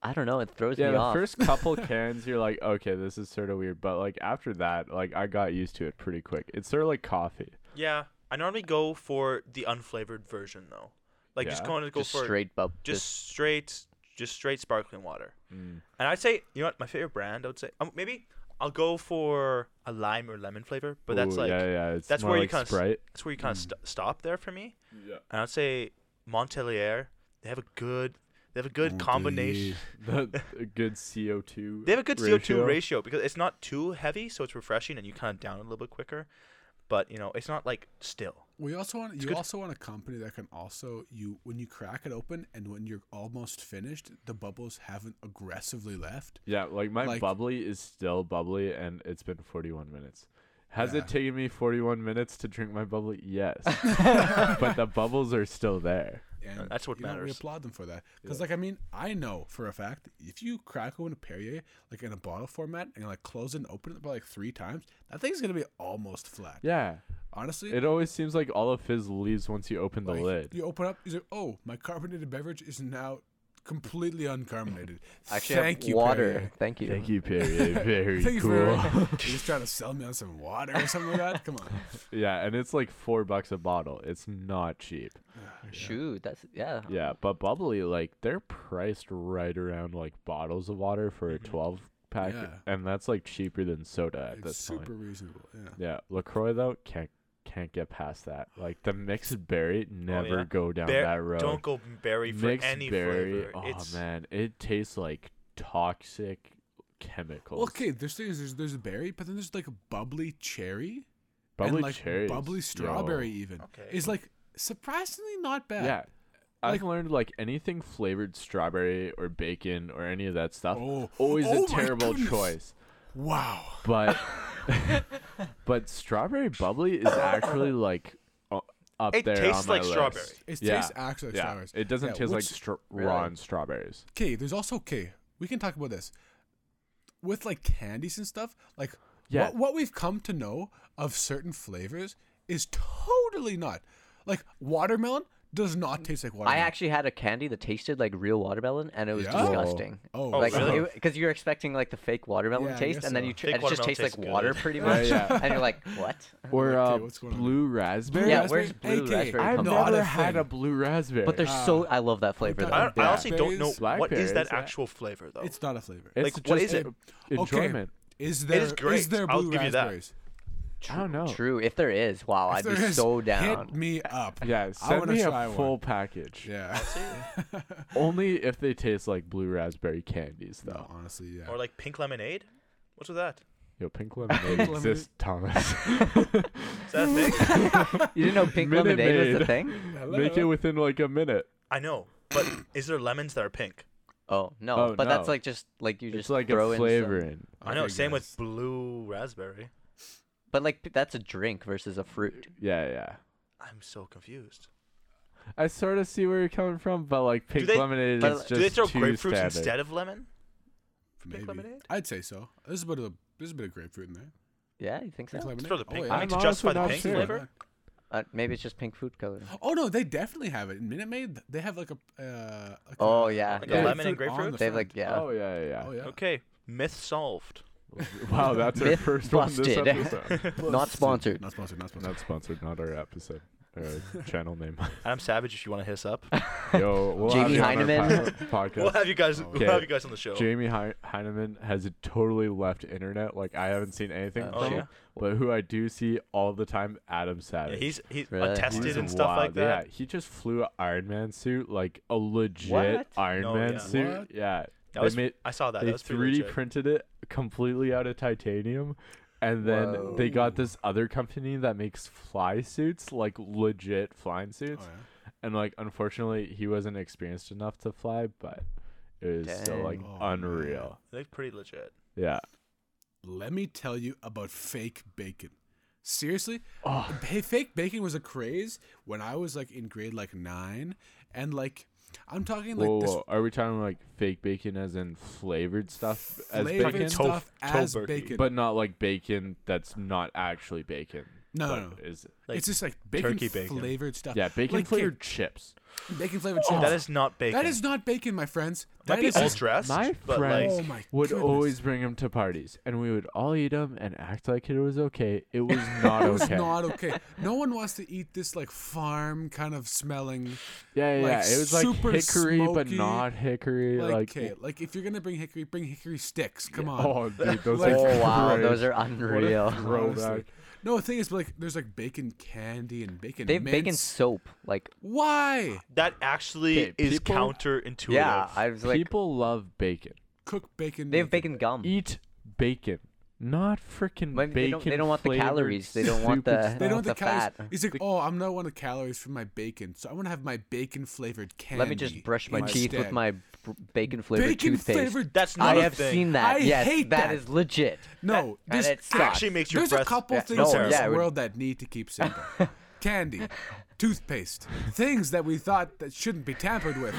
S4: I don't know. It throws
S3: yeah,
S4: me
S3: the
S4: off.
S2: [LAUGHS]
S3: first couple cans, you're like, okay, this is sort of weird, but like after that, like I got used to it pretty quick. It's sort of like coffee.
S1: Yeah, I normally go for the unflavored version though. Like just
S3: Yeah?
S1: going to go
S4: just
S1: for
S4: straight bub.
S1: just straight, just straight sparkling water.
S3: Mm.
S1: And I'd say you know what my favorite brand. I would say um, maybe I'll go for a lime or lemon flavor, but that's
S3: Ooh,
S1: like
S3: yeah, yeah, it's
S1: that's
S3: more
S1: where you
S3: like
S1: kinda s- [LAUGHS]
S3: Sprite. Mm.
S1: that's where you kind of st- stop there for me.
S3: Yeah.
S1: And I'd say Montelier. They have a good. They have a good combination.
S3: The, a good CO2.
S1: They have a good CO two
S3: ratio.
S1: ratio because it's not too heavy, so it's refreshing, and you kind of down it a little bit quicker. But you know, it's not like still. Oh,
S2: We also want you
S1: good.
S2: also want a company that can also you when you crack it open and when you're almost finished, the bubbles haven't aggressively left.
S3: Yeah, like my
S2: Like-
S3: bubbly is still bubbly, and it's been 41 minutes. Has
S2: Yeah.
S3: it taken me 41 minutes to drink my bubble? Yes. but the bubbles are still there.
S2: And
S1: that's what
S2: you know, we
S1: matters.
S2: applaud them for that. Because, like, I mean, I know for a fact if you crack open a Perrier like in a bottle format and like close it and open it by like three times, that thing's gonna be almost flat.
S3: Yeah.
S2: Honestly,
S3: It always seems like all of his leaves once you open the
S2: like,
S3: lid.
S2: You open up, you say, "Oh, my carbonated beverage is now completely uncarbonated."
S4: I [LAUGHS] actually
S2: Thank
S4: have
S2: you,
S4: water.
S2: Perrier.
S4: Thank you.
S3: Thank
S2: [LAUGHS]
S3: you, Perrier. [LAUGHS] Very
S2: Thank you
S3: cool. [LAUGHS]
S2: for You're just trying to sell me on some water or something like that. Come on.
S3: yeah, and it's like four bucks a bottle. It's not cheap.
S4: Shoot, that's yeah.
S2: Uh-huh.
S3: Yeah, but bubbly, like they're priced right around like bottles of water for a 12 pack,
S2: Mm-hmm. Yeah.
S3: and that's like cheaper than soda at
S2: It's
S3: this
S2: super
S3: point.
S2: reasonable. Yeah.
S3: Yeah, Lacroix though can't can't get past that. Like the mixed berry, never
S1: Oh, yeah.
S3: go down
S1: Bear-
S3: that road.
S1: Don't go berry for
S3: mixed
S1: any
S3: berry,
S1: flavor.
S3: oh
S1: it's
S3: man, it tastes like toxic chemicals.
S2: Well, okay, there's things. There's there's berry, but then there's like a bubbly cherry
S3: bubbly
S2: and like
S3: cherries,
S2: bubbly
S3: yo.
S2: strawberry even.
S1: Okay.
S2: is like surprisingly not bad.
S3: Yeah.
S2: Like-
S3: I've learned like anything flavored strawberry or bacon or any of that stuff.
S2: Oh.
S3: Always
S2: Oh my
S3: a terrible
S2: goodness.
S3: choice.
S2: Wow. [LAUGHS]
S3: But but strawberry bubbly is actually like u- up
S1: It
S3: there
S1: tastes
S3: on my
S1: like
S3: list.
S1: strawberry.
S2: It
S3: Yeah.
S2: tastes actually like
S3: yeah.
S2: strawberries.
S3: It doesn't
S2: Yeah,
S3: taste like
S2: which-
S3: stra-
S4: Really?
S3: raw and strawberries.
S2: Okay, there's also okay. We can talk about this with like candies and stuff. Like
S3: Yeah.
S2: what what we've come to know of certain flavors is totally not like watermelon does not taste like
S4: I
S2: watermelon.
S4: actually had a candy that tasted like real watermelon, and it was
S2: Yeah? Whoa.
S4: disgusting.
S2: oh
S4: like
S1: really?
S4: because you're expecting like the fake watermelon
S2: Yeah, I
S4: taste,
S2: guess
S4: and then
S2: so.
S4: you tr-
S1: Fake
S4: and it just
S1: watermelon
S4: tastes like
S1: tastes good.
S4: water pretty
S3: Yeah,
S4: much,
S3: yeah.
S4: [LAUGHS] and you're like, what?
S3: Or
S2: like,
S3: uh,
S2: dude, what's going on?
S3: blue raspberry.
S4: Yeah, where's
S2: raspberry?
S4: blue
S2: AKA,
S4: raspberry
S3: I've
S4: come
S2: not
S4: from?
S2: a
S3: never had a
S2: thing.
S3: blue raspberry.
S4: But they're so I love that flavor
S2: God.
S4: though.
S1: I, don't- I
S2: Um, Yeah.
S1: honestly don't know
S2: Blackberries,
S1: what is that
S3: yeah.
S1: actual flavor though.
S2: it's not a flavor.
S3: it's
S1: like,
S3: just
S1: what is it?
S3: en- Enjoyment.
S2: Okay. Is
S1: It
S2: there
S1: is great.
S2: there
S1: I'll
S2: blue
S1: give you that.
S2: raspberries?
S3: I don't know.
S4: True, if there is, wow,
S2: If
S4: I'd be
S2: there is,
S4: so down.
S2: Hit me up.
S3: Yeah,
S2: I
S3: send
S2: want
S3: me
S2: to
S3: a
S2: try
S3: full
S2: one.
S3: package.
S2: Yeah.
S3: Only if they taste like blue raspberry candies, though.
S2: no, [LAUGHS] honestly, yeah.
S1: Or like pink lemonade? What's with that?
S2: [LAUGHS]
S3: Yo, pink lemonade
S2: lemonade.
S3: exists,
S2: [LAUGHS]
S3: Thomas. [LAUGHS]
S1: Is that [LAUGHS] a thing?
S4: You didn't know pink
S3: Minute
S4: lemonade was the
S3: Maid.
S4: thing?
S3: Make it within like a minute.
S1: I know, but is there lemons that are pink?
S4: [LAUGHS] Oh no,
S3: Oh,
S4: but that's
S3: no.
S4: like just like you
S3: It's
S4: just
S3: like
S4: throw
S3: a
S4: in.
S3: flavor
S4: some-
S3: in.
S1: I know.
S2: Okay,
S1: Same with
S2: guys.
S1: blue raspberry.
S4: But like p- that's a drink versus a fruit.
S3: Yeah, yeah.
S1: I'm so confused.
S3: I sort of see where you're coming from, but like pink
S1: they-
S3: lemonade
S4: but
S3: is just
S1: Do they throw
S3: too
S1: grapefruits
S3: standard.
S1: instead of lemon?
S2: Maybe.
S1: lemonade?
S2: I'd say so. There's a bit of there's a bit of grapefruit in there.
S4: Yeah, you think
S2: Pink
S4: so?
S2: lemonade.
S1: throw the
S2: Oh,
S1: pink-
S2: yeah.
S1: I
S3: I'm
S1: mean, to justify
S3: honestly
S1: the
S3: not
S1: pink
S3: sure.
S1: flavor.
S4: Uh, maybe it's just pink food coloring.
S2: Oh no, they definitely have it. In Minute Maid, they have like a. Uh, like
S4: Oh,
S2: a-
S4: yeah,
S1: Like
S4: a
S1: lemon and
S2: fruit on
S1: grapefruit?
S2: the
S4: They have like
S2: front.
S4: yeah.
S3: Oh yeah, yeah. yeah.
S2: Oh yeah.
S1: Okay, myth [LAUGHS] solved.
S3: [LAUGHS] Wow, that's our
S4: Myth
S3: first one
S4: busted.
S3: this
S4: [LAUGHS]
S3: episode.
S4: Not sponsored.
S2: Not sponsored. Not sponsored.
S3: not sponsored, not our episode. [LAUGHS] Our channel name.
S1: Adam Savage, if you want to hit us up,
S3: Yo, [LAUGHS] we'll
S4: Jamie
S3: have you on our
S4: Heineman.
S3: po- [LAUGHS] podcast.
S1: we'll have you guys.
S3: Okay.
S1: We'll have you guys on the show.
S3: Jamie Hei- Heineman has totally left internet. Like I haven't seen anything
S4: Oh,
S3: from
S1: yeah.
S3: him. But who I do see all the time, Adam
S1: Yeah,
S3: Savage.
S1: he's he's
S4: Really?
S1: untested
S3: He's
S1: and stuff like
S3: wild.
S1: that.
S3: Yeah, he just flew an Iron Man suit, like a legit
S4: What?
S3: Iron
S1: No,
S3: Man
S1: yeah.
S3: suit.
S2: What?
S3: Yeah,
S1: That
S3: they
S1: was,
S3: made
S1: I saw that.
S3: they
S1: That was pretty
S3: 3D
S1: legit.
S3: printed it completely out of titanium, and then they got this other company that makes fly suits, like legit flying suits.
S2: Oh, yeah.
S3: And like, unfortunately, he wasn't experienced enough to fly, but it was still like
S2: Dang. Oh, man.
S3: unreal.
S1: They look pretty legit.
S3: Yeah.
S2: Let me tell you about fake bacon. Seriously,
S3: Oh.
S2: Ba- fake bacon was a craze when I was like in grade like nine, and like I'm talking like
S3: Whoa,
S2: this
S3: whoa. are we talking like fake bacon as in flavored stuff as
S2: flavored
S3: bacon?
S1: Tof-
S2: stuff as
S1: Tofurkey.
S2: bacon.
S3: but not like bacon that's not actually bacon.
S2: No,
S3: but
S2: no, no.
S3: Is
S1: Like,
S2: it's just like bacon,
S1: turkey bacon.
S2: flavored stuff.
S3: yeah, bacon
S2: like
S3: flavored chips.
S2: your bacon flavored chips.
S1: That is not bacon.
S2: That is not bacon, my friends.
S1: might
S2: That
S1: be
S2: is
S1: all
S2: just-
S1: dressed,
S3: My
S1: but
S3: friends
S2: Oh
S1: like
S2: my
S3: would
S2: goodness.
S3: always bring them to parties, and we would all eat them and act like it was okay.
S2: [LAUGHS]
S3: It was not
S2: It's [LAUGHS]
S3: okay.
S2: not okay. No one wants to eat this like farm kind of smelling.
S3: yeah, yeah,
S2: like,
S3: yeah. It was like
S2: super
S3: hickory, but
S2: smoky,
S3: not hickory.
S2: Like,
S3: Like,
S2: okay, like if you're gonna bring hickory, bring hickory sticks. Come on.
S3: oh,
S2: [LAUGHS]
S3: dude, those
S2: Like-
S3: are
S4: Oh wow,
S3: great.
S4: those are
S3: What a
S4: unreal.
S2: Honestly.
S3: throwback.
S2: No, the thing is, like, there's like bacon candy and bacon.
S4: They have bacon
S2: mints.
S4: soap. Like
S2: Why
S1: that actually
S3: Okay,
S1: is
S3: people-
S1: counterintuitive.
S4: yeah, I was like
S3: People love bacon.
S2: cook bacon?
S4: they have bacon gum.
S3: Eat bacon, not freaking bacon.
S4: Maybe they don't- they don't want the
S3: flavored
S4: calories, they don't
S3: stupid
S4: want
S2: They
S4: the-
S3: stuff.
S2: don't
S4: want
S2: have the
S4: the
S2: calories.
S4: fat.
S2: He's like, oh, I'm not one of calories from my bacon, so I want to have my bacon flavored candy.
S4: Let me just brush my teeth with
S2: instead."
S4: my f- bacon flavored
S2: Bacon
S4: toothpaste.
S2: flavored.
S1: That's not
S4: I
S1: a
S4: have
S1: thing.
S4: seen that.
S2: I
S4: yes,
S2: hate that.
S4: that is legit.
S2: No,
S4: That- and
S2: this
S4: it
S1: It actually
S4: sucks.
S1: makes your
S2: There's
S1: breath.
S2: a couple
S4: yeah,
S2: things
S4: no,
S2: in this
S4: yeah, it would-
S2: world that need to keep simple. Candy, toothpaste, things that we thought that shouldn't be tampered with,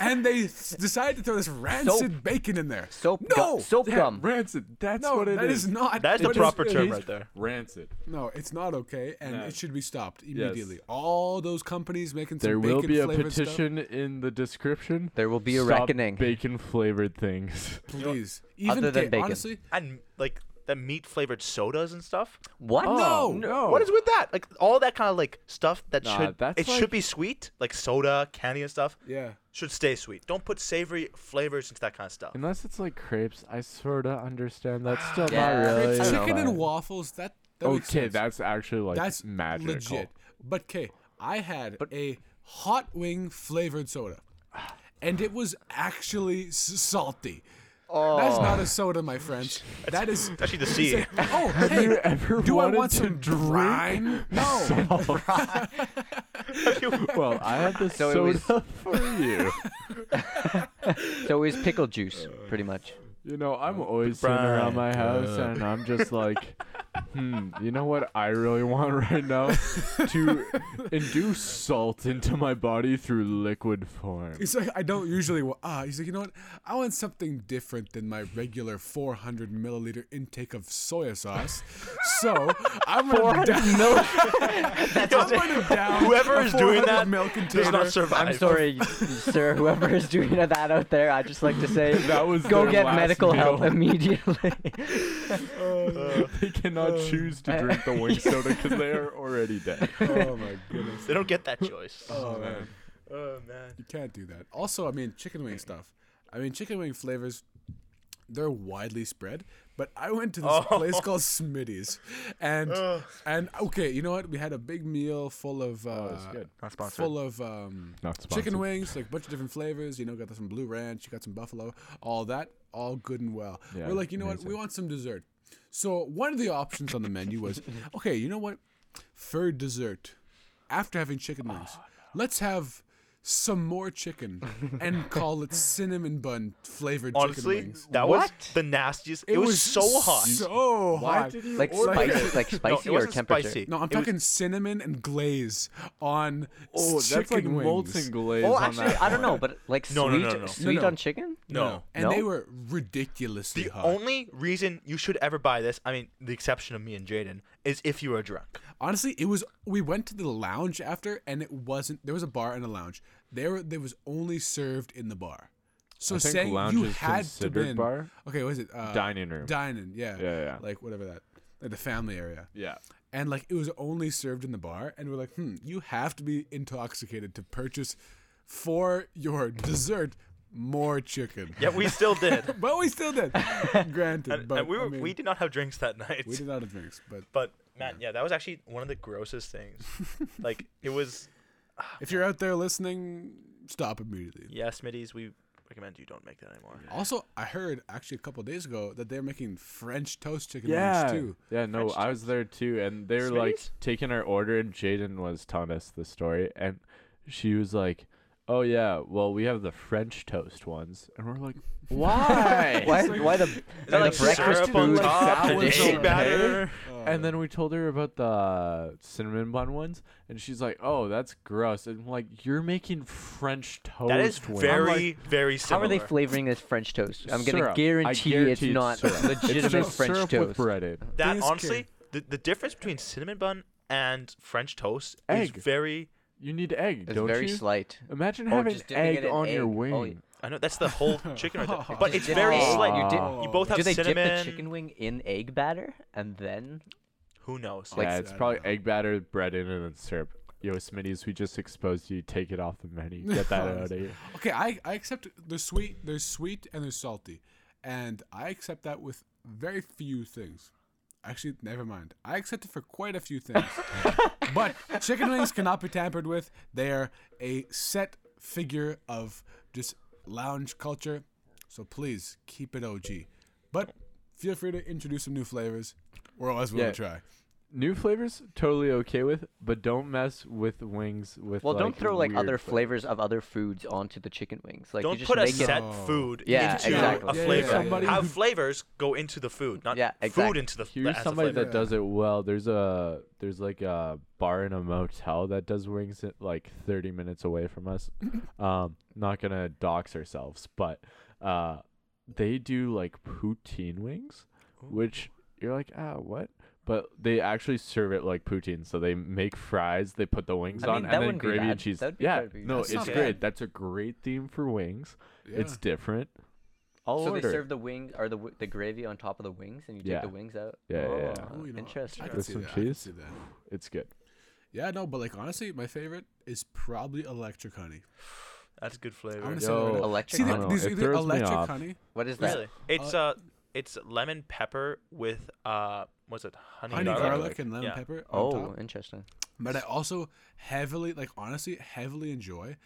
S2: and they s- decide to throw this rancid bacon in there.
S4: Soap gu-
S2: no,
S4: soap
S3: Yeah,
S4: gum.
S3: rancid. That's
S2: no,
S3: what it is.
S2: that is not.
S1: That's the
S2: what is-
S1: proper
S3: it
S1: term
S3: is
S1: right there.
S3: Rancid.
S2: No, it's not okay, and
S3: No.
S2: it should be stopped immediately. All those companies making some
S3: There
S2: bacon
S3: will be a
S2: flavored
S3: petition in the description.
S4: There will be a
S3: Stop
S4: reckoning.
S3: Bacon flavored things.
S2: stuff, please. Even
S4: Other than
S2: okay,
S4: bacon.
S2: honestly,
S1: And like the meat flavored sodas and stuff.
S4: What?
S2: No.
S3: no.
S1: What is with that? Like all that kind of like stuff that
S3: Nah,
S1: should
S3: that's
S1: it
S3: like-
S1: should be sweet, like soda, candy and stuff.
S2: yeah.
S1: Should stay sweet. Don't put savory flavors into that kind of stuff.
S3: Unless it's like crepes, I sort of understand. That's
S4: [GASPS]
S3: still
S4: Yeah,
S3: not really.
S4: crepes,
S3: a
S4: don't
S2: chicken
S3: vibe.
S2: and waffles. That, that makes
S3: okay,
S2: sense.
S3: that's actually like
S2: That's
S3: magical.
S2: legit. But okay, I had a hot wing flavored soda, and it was actually s- salty. That's not a soda, my friends. That is [LAUGHS]
S1: Actually, the sea. [LAUGHS]
S2: oh hey,
S3: Ever
S2: do I
S3: wanted
S2: want
S3: to
S2: some
S3: drink
S1: [LAUGHS]
S2: brine? [LAUGHS] No,
S3: [LAUGHS] salt?
S2: [LAUGHS]
S3: well, I had the
S4: So it
S3: soda [LAUGHS]
S4: was-
S3: for you.
S4: So it was pickle juice, pretty much.
S3: You know,
S2: Oh,
S3: I'm always sitting around my
S2: brine.
S3: house and I'm just like,
S2: [LAUGHS]
S3: hmm, you know what I really want right now?
S2: [LAUGHS]
S3: to induce salt into my body through liquid form.
S2: [LAUGHS] He's like, I don't usually. Wa- ah, he's like, you know what? I want something different than my regular 400 milliliter intake of soy sauce. So I'm gonna down. [LAUGHS] I'm gonna down
S1: Whoever
S2: a
S1: is doing
S2: 400
S1: that
S2: milk
S1: does
S2: container.
S1: not survive.
S4: I'm sorry, [LAUGHS] sir, whoever is doing that out there. I just like to say,
S3: That was
S4: go
S3: their
S4: get
S3: last
S4: medical help
S3: meal.
S4: [LAUGHS] immediately.
S3: [LAUGHS] They
S4: Um,
S3: cannot choose to drink the
S4: [LAUGHS]
S3: wing soda because they are already dead.
S2: Oh my goodness.
S1: They don't get that choice.
S2: Oh man.
S1: Oh man.
S2: You can't do that. Also, I mean, chicken wing stuff. I mean, chicken wing flavors, they're widely spread. But I went to this
S1: Oh.
S2: place called Smitty's, and and okay, you know what? We had a big meal full of uh,
S3: it's good.
S1: Oh, Not sponsored.
S2: full of um,
S3: Not sponsored.
S2: chicken wings, like a bunch of different flavors. You know, got some blue ranch, you got some buffalo, all that, all good and well.
S3: Yeah,
S2: We're like, you know what?
S3: amazing.
S2: We want some dessert. So one of the options on the menu was, okay, you know what? For dessert, after having chicken wings, let's have some more chicken and call it cinnamon bun flavored chicken
S1: Honestly,
S2: wings.
S1: that was the nastiest. It, was, so hot.
S2: So hot.
S4: like
S2: order [LAUGHS]
S4: spicy,
S2: it?
S4: like
S1: No,
S4: spicy
S1: it
S4: or
S1: wasn't
S4: temperature.
S1: spicy.
S2: No, I'm
S1: It was-
S2: talking cinnamon and glaze on
S3: Oh,
S2: s-
S3: that's like
S2: chicken wings.
S3: molten glaze.
S4: Oh,
S3: on
S4: actually,
S3: that
S4: I don't know,
S3: one.
S4: but like
S1: No, no,
S4: sweet,
S1: no, no.
S4: sweet
S2: No, no.
S4: on chicken.
S1: no.
S2: And
S4: No?
S2: they were ridiculously
S1: The
S2: hot.
S1: only reason you should ever buy this, I mean, the exception of me and Jaden, is if you are drunk.
S2: Honestly, it was. We went to the lounge after, and it wasn't. There was a bar and a lounge. There, there was only served in the bar. So
S3: I think
S2: saying
S3: lounge
S2: you
S3: is
S2: had to
S3: considered
S2: been
S3: bar.
S2: okay. What is it uh,
S3: Dining room.
S2: Dining, yeah,
S3: Yeah, yeah.
S2: like whatever that, like the family area,
S3: yeah.
S2: and like it was only served in the bar, and we're like, hmm, you have to be intoxicated to purchase for your dessert more chicken.
S1: Yet we still did.
S2: [LAUGHS] But we
S1: [LAUGHS]
S2: still did, granted.
S1: and,
S2: but
S1: and we
S2: I
S1: were,
S2: mean,
S1: we did not have drinks that night.
S2: we did not have drinks, but
S1: But man, yeah, that was actually one of the grossest
S2: [LAUGHS]
S1: things. like it was.
S2: if you're out there listening, stop immediately.
S1: Yeah, Smitty's. We recommend you don't make that anymore.
S2: Also, I heard actually a couple days ago that they're making French toast chicken
S3: Yeah.
S2: wings too.
S3: Yeah, no,
S1: French
S3: I was there too and they were like
S1: Smitty's?
S3: taking our order and Jaden was telling us the story and she was like, "Oh yeah, well we have the French toast ones." And we're like, [LAUGHS] "Why?"
S4: Why? Why the, the
S1: like
S4: breakfast
S1: syrup on
S4: food?
S1: top
S2: and
S4: Saturday?
S2: egg
S1: batter?
S3: And
S1: Oh.
S3: then we told her about the cinnamon bun ones, and she's like, "Oh, that's gross." And I'm like, "You're making French toast."
S1: That is
S3: wings."
S1: very, very
S4: How
S1: similar.
S4: are they flavoring this French toast? I'm gonna
S3: Syrup. I
S4: guarantee, it's
S3: guarantee it's
S4: not
S3: syrup. It's
S4: [LAUGHS] legitimate
S3: just
S4: French
S3: syrup
S4: toast.
S3: with breaded.
S1: that
S2: Things
S1: honestly, the, the difference between cinnamon bun and French toast
S3: Egg.
S1: is very.
S3: You need egg,
S4: It's
S3: don't
S4: very
S3: you?
S4: slight.
S3: Imagine
S4: Oh,
S3: having
S4: just dipping it
S3: egg
S4: in
S3: on your
S4: egg. Oh,
S3: wing.
S4: yeah.
S1: I know that's the
S4: [LAUGHS]
S1: whole chicken right there,
S2: Just
S1: but it's
S4: dip
S1: very
S4: it in-
S1: slight.
S4: you
S2: dip-
S1: you both have
S4: Oh. Do they
S1: cinnamon.
S4: dip the chicken wing in egg batter and then?
S1: Who knows?
S3: yeah,
S2: Like-
S3: it's
S2: I
S3: probably
S2: don't know.
S3: egg batter, bread in, and then syrup. Yo, Smitty's, we just exposed you. Take it off the
S4: [LAUGHS]
S3: menu.
S2: [LAUGHS]
S3: Get that out of here.
S2: Okay, I, I accept they're sweet, they're sweet, and they're salty, and I accept that with very few things. Actually, never mind. I accept it for quite a few
S3: [LAUGHS]
S2: things, but chicken wings cannot be tampered with. They are a set figure of just lounge culture, so please keep it OG. But feel free to introduce some new flavors. We're always willing to try.
S3: new flavors totally okay with, but don't mess with wings with.
S4: Well, don't
S3: like,
S4: throw like
S3: weird
S4: other
S3: flavor.
S4: flavors of other foods onto the chicken wings. Like you
S1: Don't
S4: just
S1: put a
S4: make it.
S1: set
S2: No.
S1: food
S4: Yeah,
S1: into
S4: exactly.
S1: a
S2: Yeah, yeah,
S1: flavor.
S2: yeah, yeah.
S1: Have flavors go into the food, not
S4: Yeah,
S1: food
S4: exactly.
S1: into the
S3: Here's
S1: as a
S3: somebody
S1: flavor.
S3: that does it well. There's a there's like a bar in a motel that does wings at like 30 minutes away from
S4: [COUGHS]
S3: us. um, not gonna dox ourselves, but uh, they do like poutine wings, which you're like ah what. But they actually serve it like poutine, so they make fries, they put the wings
S4: I
S3: on,
S4: mean, that
S3: and then
S4: wouldn't be
S3: gravy
S4: bad.
S3: and cheese.
S4: That'd be
S3: yeah,
S4: pretty-
S3: no,
S2: That's
S3: it's
S2: not
S3: great.
S1: bad.
S3: That's a great theme for wings. It's different. I'll
S4: So they
S3: order.
S4: serve the wing or the w- the gravy on top of the wings, and you take
S3: Yeah.
S4: the wings out.
S3: Yeah, yeah,
S4: oh,
S3: yeah.
S2: Ooh, you know,
S4: interesting.
S2: I
S3: With
S2: can see
S3: some
S2: that. I can
S3: cheese?
S2: see that.
S3: it's good.
S2: Yeah, no, but like honestly, my favorite is probably electric honey.
S1: That's good flavor.
S2: I'm gonna say
S3: Yo,
S4: Electric
S2: See,
S3: I
S2: they,
S3: don't know,
S2: these
S3: it
S2: either
S3: throws me
S2: electric
S3: off.
S2: honey,
S4: What is that?
S1: Really? It's uh, it's lemon pepper with uh, what's it? Honey,
S2: honey garlic,
S1: garlic.
S2: and lemon
S1: Yeah.
S2: pepper. On
S4: Oh,
S2: top.
S4: interesting.
S2: but I also heavily, like honestly, heavily enjoy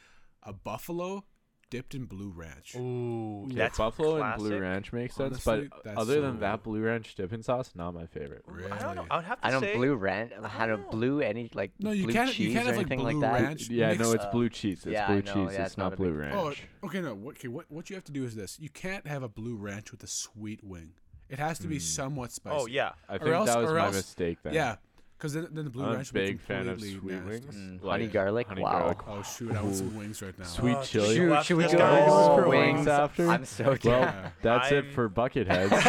S2: a buffalo dipped in blue ranch.
S1: Ooh,
S3: Yeah,
S1: that's
S3: buffalo and blue
S1: classic.
S3: ranch makes
S2: Honestly,
S3: sense, but
S2: that's
S3: other
S2: so
S3: than that, blue ranch dipping sauce not my favorite.
S1: Ooh, I don't know.
S2: Really?
S1: I would have to
S4: I don't
S1: say
S4: blue ranch. I
S1: don't
S4: don't blue any like
S2: Oh. No, you
S4: blue
S2: can't.
S4: cheese
S2: You can't
S4: or
S2: have like
S4: anything
S2: blue
S4: like that.
S2: ranch.
S3: Yeah, no,
S2: mixed-
S3: it's blue cheese. It's
S4: yeah, I
S3: blue
S4: know,
S3: cheese.
S4: yeah,
S3: it's
S4: it's not
S3: not
S4: a big-
S3: blue
S2: Oh,
S3: ranch.
S2: okay. No, what, okay. What what you have to do is this: you can't have a blue ranch with a sweet wing. It has to be
S3: Hmm.
S2: somewhat spicy.
S1: Oh yeah.
S3: I
S2: or
S3: think
S2: else-
S3: that was
S2: or
S3: my
S2: else-
S3: mistake then.
S2: yeah. Because then, then the blue
S3: I'm a
S2: ranch. would be
S3: big fan of
S2: completely
S3: sweet
S2: nasty.
S3: wings.
S4: Mm, honey garlic,
S3: honey
S4: wow.
S3: garlic.
S2: Oh shoot! I want some wings right now.
S3: Sweet
S1: Oh,
S3: chili.
S1: should we go after
S4: should we
S1: this,
S4: go
S3: Guys,
S1: guys?
S4: Oh,
S3: for wings,
S4: wings.
S3: after?
S4: I'm so
S3: well,
S4: down.
S3: that's it
S1: I'm-
S3: for
S4: [LAUGHS]
S3: Bucketheads. See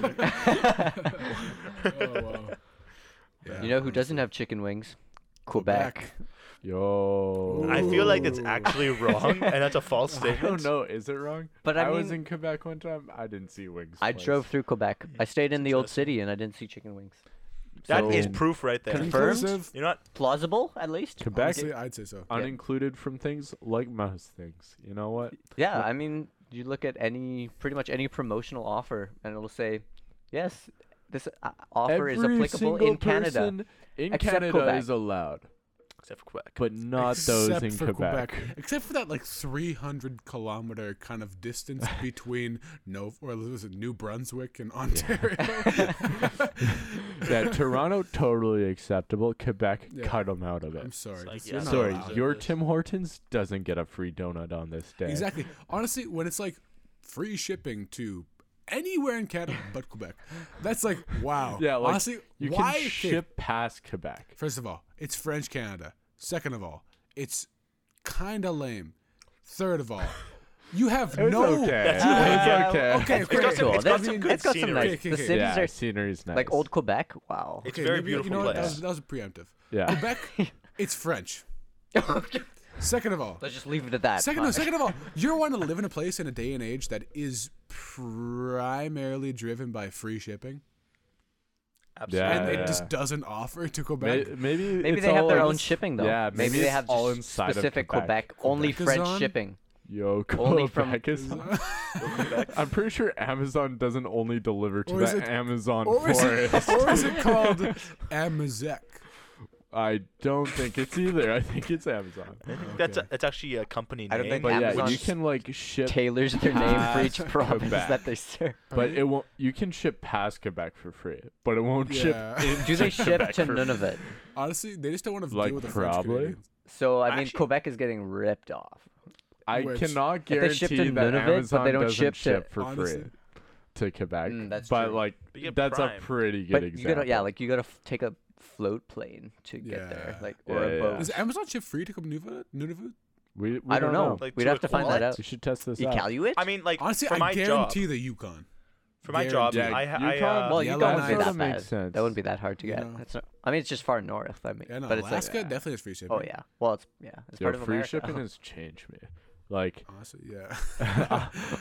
S2: Sorry,
S3: next week.
S2: Oh, wow. Yeah.
S4: You know who doesn't have chicken wings? Quebec.
S3: Yo.
S1: I feel like that's
S2: Ooh.
S1: actually wrong, and
S4: [LAUGHS]
S1: that's a false
S3: I
S1: statement.
S3: don't know. Is it wrong?
S4: But I
S3: was
S4: mean-
S3: in Quebec one time. I didn't see wings.
S4: I
S3: twice.
S4: drove through Quebec. I stayed in the old
S1: Interesting.
S4: city and I didn't see chicken wings.
S1: That
S3: So-
S1: is proof right there.
S4: Confirmed?
S2: Inclusive?
S1: You're not.
S4: Plausible, at least.
S3: Quebec
S2: Honestly, I'd say so.
S3: unincluded from things like most things. You know what?
S4: Yeah, I mean, you look at any pretty much any promotional offer, and it'll say, "Yes, this uh, offer is
S3: Every
S4: applicable
S3: single
S4: in [LAUGHS] Canada."
S3: person [LAUGHS] in
S4: except
S3: Canada
S4: Quebec.
S3: is allowed,
S1: Except for Quebec.
S3: but not those in Quebec.
S2: Except for that like 300 kilometer kind of
S3: [LAUGHS]
S2: distance between no or was it New Brunswick and Ontario.
S3: [LAUGHS] [LAUGHS] that Toronto totally acceptable. Quebec
S2: Yeah.
S3: cut them out of
S2: I'm
S3: it.
S2: sorry.
S1: like,
S2: just-
S1: yeah,
S2: you're not
S1: sorry,
S3: Sorry,
S2: allowed.
S1: you're-
S3: your
S1: this.
S3: Tim Hortons doesn't get a free donut on this day.
S2: Exactly. Honestly, when it's like free shipping to anywhere in Canada but Quebec, that's like wow.
S3: Yeah, like
S2: Honestly,
S3: you
S2: why
S3: can
S2: okay,
S3: ship past Quebec.
S2: First of all, it's French Canada. Second of all, it's kind of lame. Third of all, you have
S3: It's
S2: no.
S3: okay.
S1: That's-
S4: Yeah,
S3: it's okay.
S2: okay, okay.
S4: It's pretty
S2: It's got
S4: cool.
S1: some- it's
S4: There's-
S1: got some good
S4: it's got some
S1: scenery.
S4: nice.
S2: Okay, okay,
S4: the
S2: okay.
S4: cities
S3: Yeah,
S4: are
S3: scenery's nice.
S4: like old Quebec. Wow. [LAUGHS]
S1: It's very
S2: maybe-
S1: beautiful
S2: You know what? That
S1: place.
S2: was, that was preemptive.
S3: Yeah.
S2: Quebec, it's French. Second of all,
S4: Let's just leave it at that.
S2: second, no,
S4: Fuck.
S2: second of all, you're wanting to live in a place in a day and age that is primarily driven by free shipping,
S1: Absolutely.
S2: and
S3: Yeah.
S2: it just doesn't offer to
S3: May-
S2: Quebec.
S3: maybe
S4: Maybe
S3: it's
S4: they have
S3: all
S4: their
S3: in-
S4: own shipping though.
S3: Yeah,
S4: maybe, they
S3: it's
S4: have
S3: all
S4: just
S3: inside of
S4: specific
S3: Quebec.
S4: Quebec, only
S2: Quebec is
S4: French
S2: on-
S4: shipping.
S3: Yo,
S4: Only from-
S3: Quebec is on. [LAUGHS] I'm pretty sure Amazon doesn't only deliver to
S2: Or is
S3: the
S2: it- [LAUGHS]
S3: Amazon
S2: Or is,
S3: forest.
S2: it, or is it
S3: [LAUGHS]
S2: called Amazec?
S3: I don't think it's either. I think it's Amazon.
S1: I think that's a,
S2: Okay.
S1: that's actually a company name.
S4: I don't think
S3: But yeah, you
S4: Amazon's
S3: can like ship,
S4: Tailors their name for each
S3: Past
S4: province
S3: Quebec.
S4: that they serve.
S3: but it won't. You can ship past Quebec for free, but it won't ship.
S2: Yeah.
S3: into
S4: Do they ship
S3: Quebec
S4: to
S3: for
S4: Nunavut?
S2: [LAUGHS] Honestly, they just don't want to
S3: Like,
S2: deal with the French
S3: probably.
S2: Canadians.
S4: So I mean,
S1: Actually-
S4: Quebec is getting ripped off.
S3: I
S2: Which-
S3: cannot
S4: If they ship to
S3: guarantee that
S4: Nunavut, but they
S3: Amazon
S4: don't
S3: doesn't
S4: ship
S3: ship,
S4: to-
S3: for
S2: Honestly.
S3: free to Quebec.
S4: Mm, that's
S3: but
S4: true.
S3: like
S1: But you get
S3: that's
S1: Prime.
S3: a pretty good
S4: but
S3: example.
S4: you gotta yeah, like you gotta f- take a float plane to get there,
S2: Yeah.
S4: like
S3: Yeah,
S4: or
S3: yeah,
S4: a
S3: yeah.
S4: boat.
S2: Is Amazon ship free to come to Nunavut? Nunavut?
S3: we, we
S4: I don't know.
S1: Like,
S4: We'd
S1: to
S4: have
S1: a
S4: to find that out.
S3: We should test this
S4: You
S3: out.
S4: Iqaluit?
S1: I mean, like
S2: Honestly,
S1: for
S2: I
S1: my job,
S2: guarantee the Yukon.
S1: for my job,
S3: guarantee.
S1: I, ha- I
S3: Yukon-
S1: uh,
S4: well,
S2: Yeah,
S4: you
S2: that
S4: don't be
S2: sorta
S4: that bad.
S3: makes sense.
S4: That wouldn't be that hard to
S2: You
S4: get.
S2: know.
S4: It's not, I mean, it's just far north. I mean,
S2: Yeah, no,
S4: but it's
S2: Alaska
S4: like,
S2: definitely has free shipping.
S4: oh yeah. Well, it's yeah, it's
S3: Yo,
S4: part of
S3: free
S4: [LAUGHS] America.
S3: shipping has changed me. Like
S2: Honestly, yeah. [LAUGHS]
S3: [LAUGHS]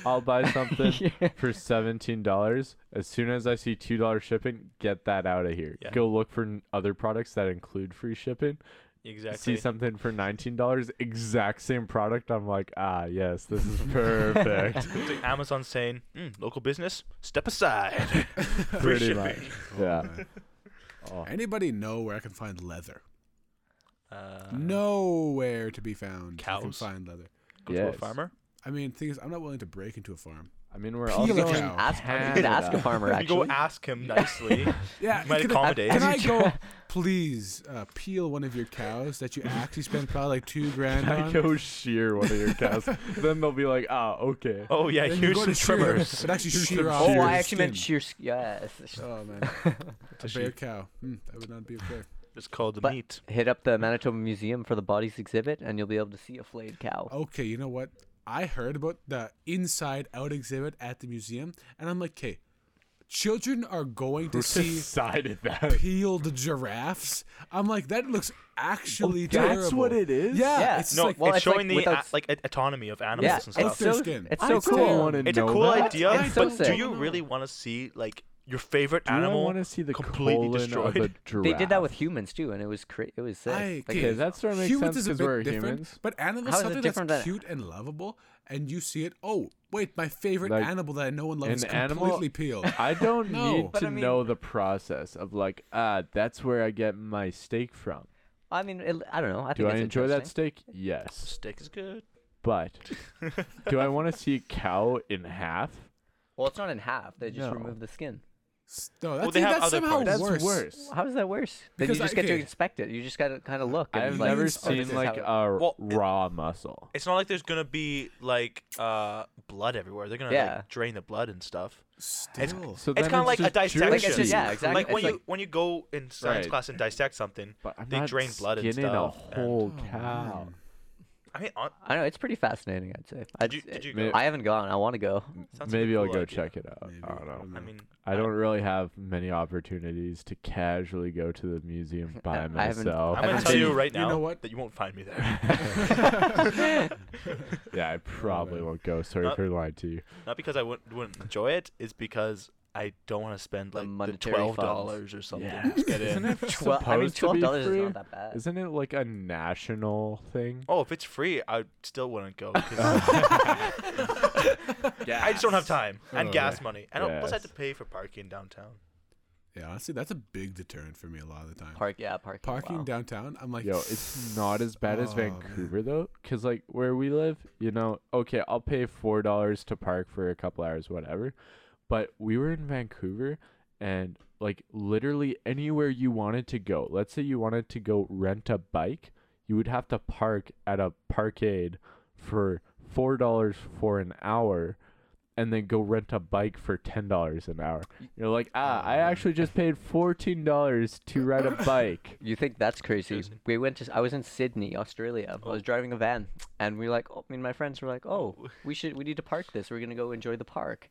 S3: I'll buy
S1: [LAUGHS]
S3: something
S4: Yeah.
S3: for seventeen dollars. As soon as I see two dollars shipping, get that out of here.
S1: Yeah.
S3: Go look for n- other products that include free shipping.
S1: exactly.
S3: See something for nineteen dollars, exact same product. I'm like, ah, yes, this is perfect.
S1: It's like Amazon saying, mm, local business, step aside. [LAUGHS] Free
S3: [LAUGHS] Pretty
S1: shipping.
S3: much.
S2: Oh,
S3: Yeah.
S2: man.
S3: Oh.
S2: Anybody know where I can find leather?
S1: Uh,
S2: Nowhere to be found. You can
S1: Uh-huh. cows.
S2: find leather.
S1: Go to a
S3: Yes.
S1: farmer.
S2: I mean, thing is, I'm not willing to break into a farm.
S3: I mean, we're
S2: Peel
S3: all
S2: a
S3: going
S2: cow.
S4: Ask, you could
S3: Canada.
S4: ask a farmer
S1: You go
S4: actually.
S1: ask him [LAUGHS] nicely.
S2: Yeah,
S1: You might
S2: can I-
S1: accommodate.
S2: Can I
S4: As you
S2: go,
S4: try-
S2: please, uh, peel one of your cows that you actually spent probably like two grand
S3: [LAUGHS] I
S2: on?
S3: go shear oh, one of
S1: [LAUGHS]
S3: your cows. then they'll be like, ah, okay.
S1: [LAUGHS] Oh yeah,
S2: Then you
S1: here's
S2: go
S1: some
S2: to shear-
S1: [LAUGHS] trimmers.
S2: [LAUGHS] But actually,
S3: Here's
S2: shear
S3: some
S2: off.
S4: Oh,
S3: shears.
S4: I actually meant
S2: skin.
S4: sheer. s- Yes.
S2: Oh man, a bear cow. Hmm, that would not be okay.
S1: It's called
S4: But-
S1: meat.
S4: Hit up the Manitoba Museum for the bodies exhibit, and you'll be able to see a flayed cow.
S2: Okay, you know what? I heard about the Inside Out exhibit at the museum, and I'm like, okay, children are going to
S3: Who [LAUGHS]
S2: see
S3: decided that?
S2: peeled giraffes. I'm like, that looks actually terrible.
S3: That's what it is.
S2: Yeah,
S4: Yeah.
S2: it's
S1: No,
S2: like
S4: well,
S1: it's
S4: it's like
S1: showing the
S4: without
S1: a-
S4: s-
S1: like a- autonomy of animals
S4: yeah,
S1: and
S4: it's
S1: stuff.
S2: It's their
S4: so
S2: skin.
S4: it's
S3: I
S4: so
S3: still
S4: cool.
S3: wanna
S1: It's a
S3: know
S1: cool
S3: that.
S1: idea,
S4: I
S1: but
S4: don't
S1: do
S4: know.
S1: you really want to see like your favorite
S3: Do I
S1: animal?
S3: want to see the
S1: completely
S3: colon
S1: destroyed? [LAUGHS]
S3: of a [LAUGHS] giraffe?
S4: They did that with humans too, and it was cra- it was sick.
S2: I-
S4: Like,
S2: okay,
S3: Okay, that sort of makes
S2: humans
S3: sense
S2: is a
S3: because
S2: bit
S3: we're
S2: different,
S3: humans.
S2: but animals
S4: How is it
S2: something
S4: different
S2: that's
S4: than-
S2: cute and lovable, and you see it. Oh, wait, my favorite
S3: Like,
S2: animal that I know and love is
S3: an animal-
S2: completely
S3: [LAUGHS]
S2: peeled.
S3: I don't
S2: No.
S3: need
S2: But
S3: to
S4: I mean-
S3: know the process of like, ah, that's where I get my steak from.
S4: I mean, it, I don't know. I think
S3: Do I
S4: it's
S3: enjoy that
S4: interesting.
S3: steak? Yes.
S1: Steak is good. [LAUGHS]
S3: But do I want to see a cow in half?
S4: Well, it's not in half. They just
S3: No.
S4: remove the skin.
S2: S- No,
S1: Well,
S2: that's,
S1: they have
S2: that's
S1: other
S2: somehow
S4: Oh,
S1: parts.
S3: That's
S2: worse.
S3: worse.
S4: How is that worse? Then
S2: Because
S4: you just
S2: I-
S4: get to
S2: okay.
S4: inspect it. You just got to kind of look. and
S3: I've
S4: like,
S3: never
S4: oh, this
S3: seen
S4: is
S3: like uh
S4: how it-
S3: a
S1: Well, it-
S3: raw muscle.
S1: It's not like there's gonna be like uh blood everywhere. They're gonna
S4: Yeah.
S1: like, drain the blood and stuff.
S3: [LAUGHS]
S2: Still,
S3: So
S1: it's
S3: then
S1: kind of like a
S3: just
S1: dissection.
S4: Like, it's
S3: juicy.
S4: just- yeah, exactly.
S1: Like when
S4: It's
S1: you when you go in science
S3: Right.
S1: class and dissect something.
S3: But I'm
S1: They
S3: not
S1: drain blood and
S3: skinning a
S1: stuff, and-
S3: whole
S2: Oh,
S3: cow.
S2: man.
S1: I mean, on,
S4: I know it's pretty fascinating. I'd say. I'd,
S1: did you, did you
S3: may-
S1: go?
S4: I haven't gone. I want to go.
S1: Sounds like a
S3: Maybe I'll
S1: cool
S3: go
S1: idea.
S3: check it out.
S2: maybe,
S3: I don't know.
S1: I mean,
S3: I don't really have many opportunities to casually go to the museum
S4: [LAUGHS] I
S3: by
S4: haven't-
S3: myself.
S1: I'm
S4: I've
S1: gonna
S4: been
S1: tell
S4: to-
S1: you right
S2: you
S1: now
S2: know what?
S1: that you won't find me there.
S3: yeah, I probably
S2: man.
S3: won't go. Sorry
S1: Not-
S3: for lying to you.
S1: Not because I wouldn't, wouldn't enjoy it. It's because I don't want to spend
S4: The
S1: like the
S4: monetary
S1: twelve
S4: funds.
S1: dollars or something.
S3: Yeah.
S1: to just get
S2: [LAUGHS]
S3: Isn't
S1: in.
S3: it
S4: Twelve. I mean,
S3: supposed to
S4: twelve
S3: be
S4: dollars is
S3: free?
S4: not that bad.
S3: Isn't it like a national thing?
S1: [LAUGHS] uh, Oh, if it's free, I still wouldn't go.
S2: [LAUGHS]
S1: 'cause I just don't have time and
S2: Oh,
S1: gas
S2: yeah.
S1: money. And plus, I have to
S3: Yes.
S1: pay for parking downtown.
S2: yeah, honestly, that's a big deterrent for me a lot of the time.
S4: Park. Yeah, parking.
S2: Parking
S4: wow.
S2: downtown, I'm like,
S3: Yo, it's not as bad as
S2: Oh, man.
S3: Vancouver though, cause like where we live, you know, okay, I'll pay four dollars to park for a couple hours, whatever. But we were in Vancouver, and like literally anywhere you wanted to go, let's say you wanted to go rent a bike, you would have to park at a parkade for four dollars for an hour. And then go rent a bike for ten dollars an hour. You're like, ah, I actually just paid fourteen dollars to ride a bike.
S4: You think that's crazy?
S1: Seriously.
S4: We went to. I was in Sydney, Australia. I was driving a van, and we were like, oh, me and my friends were like, oh, we should. We need to park this. We're gonna go enjoy the park,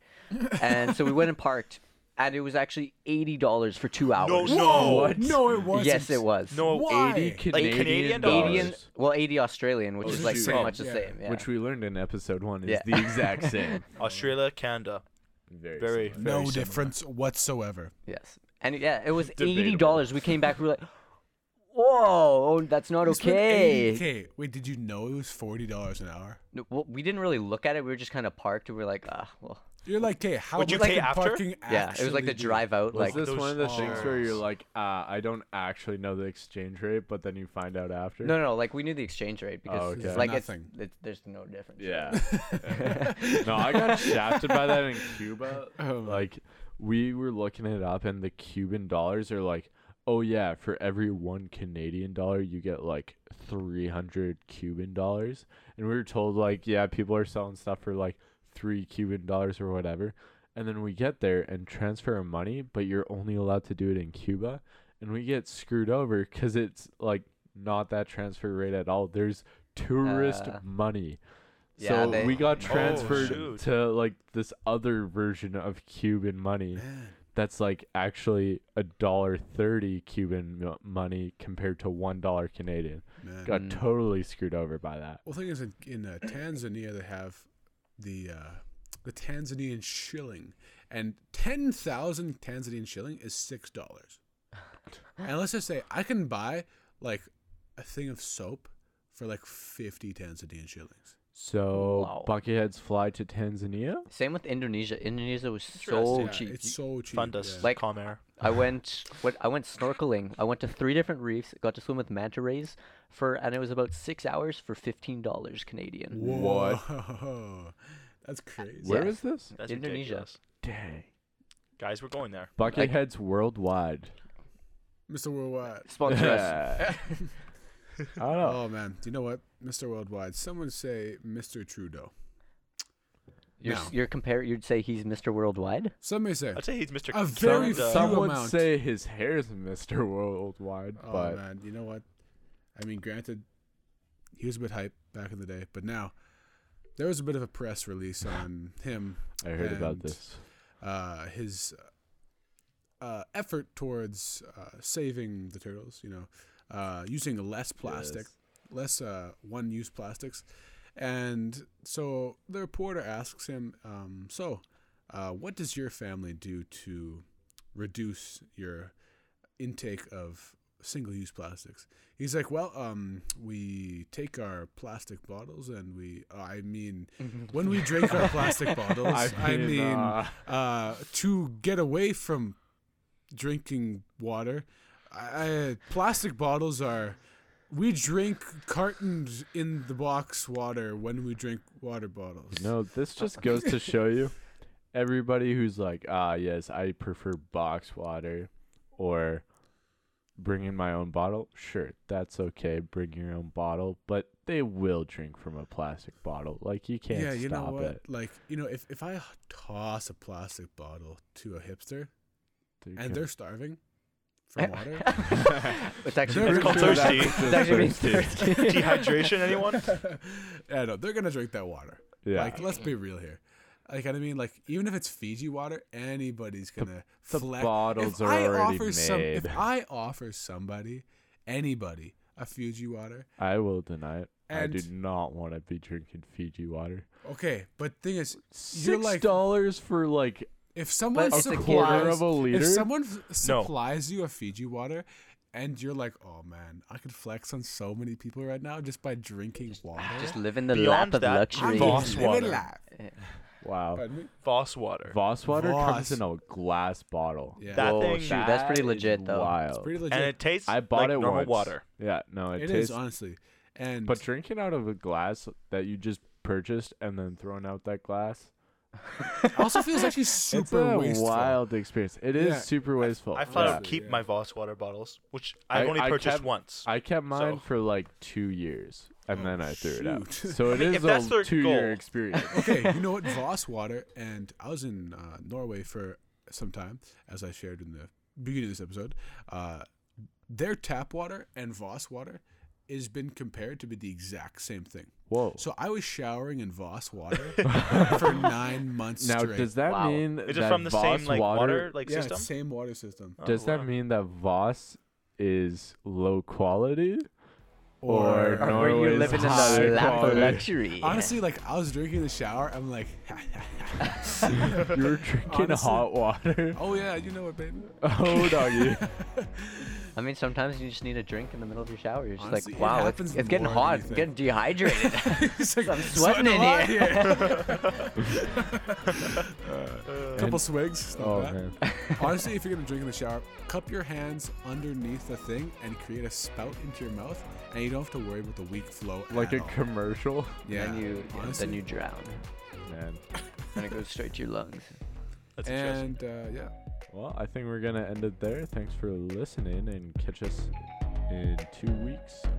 S4: and so we went and parked, and it was actually eighty dollars for two hours.
S2: whoa,
S1: What?
S2: no, it wasn't.
S4: Yes, it was.
S1: No,
S2: Why?
S3: eighty
S1: Like
S3: Canadian,
S1: Canadian dollars.
S3: dollars,
S4: Canadian, well, eighty Australian, which
S3: Oh,
S4: is
S3: the
S4: like
S3: same,
S4: pretty much the
S2: yeah.
S4: same. Yeah.
S3: which we learned in episode one, is
S4: Yeah.
S3: the [LAUGHS] exact same.
S1: Australia, Canada. Very,
S3: Very,
S1: very
S3: similar.
S2: no
S1: similar.
S2: difference whatsoever.
S4: yes, and yeah, it was eighty
S3: Debatable.
S4: dollars. We came back, we were like, whoa, oh, that's not
S2: We spent
S4: okay.
S2: 80K. Wait, did you know it was forty dollars an hour?
S4: No, well, we didn't really look at it. We were just kind of parked, and we were like, ah, well,
S2: You're like, okay, how
S1: Would you
S2: much
S1: pay
S2: could
S1: after?
S2: parking
S4: yeah. It was like the
S2: actually be?"
S4: drive out,
S3: Was
S4: like
S3: this
S1: those
S3: one of the things where you're
S1: shirts.
S3: like, uh, I don't actually know the exchange rate, but then you find out after?
S4: No, no, like we knew the exchange rate
S2: Oh,
S4: because
S3: okay.
S4: it's like
S2: Nothing.
S4: It's, it's there's no difference.
S3: Yeah. [LAUGHS] no, I got shafted by that in
S4: [LAUGHS]
S3: Cuba.
S2: Oh my-
S3: Like, we were looking it up, and the Cuban dollars are like, oh, yeah, for every one Canadian dollar, you get like 300 Cuban dollars. And we were told, like, yeah, people are selling stuff for like three Cuban dollars or whatever. And then we get there and transfer our money, but you're only allowed to do it in Cuba. And we get screwed over because it's like not that transfer rate at all. There's tourist
S4: Uh,
S3: money.
S4: yeah,
S3: so
S4: they-
S3: we got
S4: Oh,
S3: transferred
S1: shoot.
S3: to like this other version of Cuban money that's like actually a dollar thirty Cuban mo- money compared to one dollar Canadian.
S2: Man.
S3: Got
S4: Mm.
S3: totally screwed over by that.
S2: Well, thing is, in, in uh, Tanzania they have the uh, the Tanzanian shilling, and ten thousand Tanzanian shilling is six dollars. and let's just say I can buy like a thing of soap for like fifty Tanzanian shillings.
S3: So
S4: Wow.
S3: Bucketheads fly to Tanzania.
S4: [LAUGHS] Same with Indonesia. Indonesia was so
S1: Interesting.
S2: yeah,
S4: cheap.
S2: It's so cheap.
S1: Fund us,
S2: yeah.
S4: Like-
S1: Comair.
S4: I went what I went snorkeling. I went to three different reefs, got to swim with manta rays for and it was about 6 hours for $15 Canadian.
S2: Whoa. [LAUGHS] That's crazy.
S3: Where
S4: Yeah.
S3: is this?
S1: That's
S4: Indonesia.
S1: ridiculous.
S3: Dang.
S1: Guys, we're going there.
S3: Bucketheads worldwide. [LAUGHS]
S2: Mr. Worldwide.
S4: Sponsor us.
S3: I don't know.
S2: [LAUGHS] Oh man, do you know what, Mr. Worldwide? Someone say Mr. Trudeau.
S4: You're,
S2: No.
S4: s you're compare you'd say he's Mr. Worldwide?
S2: Some may say.
S1: I'd say he's Mr.
S2: A
S1: Kinda.
S2: very few
S3: Some would
S2: amount.
S3: say his hair's Mr. Worldwide,
S2: Oh
S3: but
S2: man, you know what? I mean, granted, he was a bit hype back in the day, but now there was a bit of a press release on him,
S3: I heard about
S2: And-
S3: this.
S2: uh, his uh, effort towards uh, saving the turtles. You know, uh, using less plastic, less uh, one-use plastics, and so the reporter asks him, um, "So, uh, what does your family do to reduce your intake of single-use plastics?" He's like, "Well, um, we take our plastic bottles and we, I mean, [LAUGHS] when we drink our plastic bottles, I
S3: [LAUGHS]
S2: mean."
S3: uh,
S2: uh, to get away from drinking water. I, I, plastic bottles are. We drink cartoned in the box water when we drink water bottles.
S3: no, this just goes to show you everybody who's like, ah, yes, I prefer box water or bring in my own bottle. Sure, that's okay. Bring your own bottle, but they will drink from a plastic bottle. Like, you can't
S2: yeah, you know
S3: stop
S2: what?
S3: it.
S2: Like you know, if if I toss a plastic bottle to a hipster
S3: They're
S2: and
S3: gonna-
S2: they're starving
S3: [LAUGHS]
S2: from water,
S4: [LAUGHS]
S2: [LAUGHS]
S4: it's actually
S2: It's
S4: pretty
S1: called
S4: cool.
S1: thirsty.
S4: It's actually means
S1: [LAUGHS]
S4: thirsty.
S1: Dehydration,
S2: [LAUGHS]
S1: anyone?
S2: yeah, no, they're gonna drink that water.
S3: yeah.
S2: Like, let's be real here. Like, what I mean, like, even if it's Fiji water, anybody's gonna
S3: the
S2: flex.
S3: bottles
S2: if
S3: are
S2: I
S3: already
S2: offer Some, if
S3: made.
S2: I offer somebody, anybody, a Fiji water,
S3: I will deny it. I do
S2: And-
S3: not want to be drinking Fiji water.
S2: okay. But thing is, You're
S3: Six
S2: like-
S3: dollars for like
S2: if someone
S4: But it's a
S2: supplies
S3: quarter of a liter?
S2: if someone f- supplies you a Fiji water, and you're like, oh man, I could flex on so many people right now just by drinking water.
S4: Ah, Just live in the
S1: Beyond
S4: lap of
S1: that,
S2: I'm
S4: luxury.
S1: Voss
S2: living
S1: water.
S2: life.
S3: wow.
S2: Pardon me?
S1: Voss water.
S3: Voss water
S2: Voss.
S3: comes in a glass bottle.
S2: Yeah,
S1: That
S4: Whoa,
S1: thing.
S4: shoot, that's pretty
S3: That is
S4: legit though.
S2: it's
S3: Wild.
S2: pretty legit.
S1: and it tastes
S3: I
S1: like
S3: bought it
S1: normal
S3: once.
S1: water.
S3: Yeah, no, it,
S2: it
S3: tastes.
S2: is honestly, and
S3: but drinking out of a glass that you just purchased and then throwing out that glass.
S2: it also feels actually super
S3: [LAUGHS] it's a
S2: wasteful.
S3: wild experience. It is
S2: Yeah.
S3: super wasteful.
S1: I thought I
S3: yeah.
S1: would
S2: Yeah.
S1: keep my Voss water bottles, which
S3: I-
S1: I've only
S3: I
S1: purchased
S3: kept-
S1: once.
S3: I kept mine
S1: So-
S3: for like two years and
S2: Oh,
S3: then I threw it out.
S2: shoot.
S3: So it
S1: mean,
S3: is
S1: if that's
S3: a
S1: their
S3: two year
S1: goal.
S3: experience.
S2: [LAUGHS] okay, you know what? Voss water, and I was in uh, Norway for some time, as I shared in the beginning of this episode. Uh, their tap water and Voss water has been compared to be the exact same thing.
S3: Whoa.
S2: So I was showering in Voss water for nine months
S3: Now,
S2: straight.
S3: does that
S4: Wow.
S3: mean
S1: Is
S3: that
S1: it from the
S3: Voss
S1: same like water, like
S2: yeah,
S1: system?
S2: same water system.
S1: Oh,
S3: Does that
S1: wow.
S3: mean that Voss is
S1: [LAUGHS]
S3: low quality?
S2: Or-
S3: Or
S4: Or
S3: Norway's
S4: you're living in
S3: high
S4: the lap of
S3: quality.
S4: luxury.
S2: Honestly, like I was drinking in the shower, I'm like, [LAUGHS]
S3: You were drinking
S2: Honestly-
S3: hot water. [LAUGHS]
S2: oh yeah, you know it, baby. [LAUGHS]
S3: Oh,
S1: [LAUGHS]
S3: doggy.
S4: I mean, sometimes you just need a drink in the middle of your shower. You're just
S2: Honestly, it
S4: like, wow, it's,
S2: happens
S4: it's getting
S2: more than
S4: hot.
S2: you
S4: It's
S2: think."
S4: getting dehydrated. [LAUGHS]
S2: It's like,
S4: I'm
S2: sweating
S4: sweating in
S2: a lot
S4: here.
S3: [LAUGHS]
S2: Couple swigs. it's not
S3: oh,
S2: bad.
S3: man.
S2: Honestly, if you're gonna drink in the shower, cup your hands underneath the thing and create a spout into your mouth, and you don't have to worry about the weak flow.
S3: Like
S2: at
S3: a
S2: all.
S3: commercial.
S2: yeah.
S4: Then you, yeah,
S2: honestly.
S4: then you drown,
S3: Man.
S4: and it goes straight to your lungs.
S1: That's interesting.
S2: and uh, yeah,
S3: Well, I think we're going to end it there. Thanks for listening and catch us in two weeks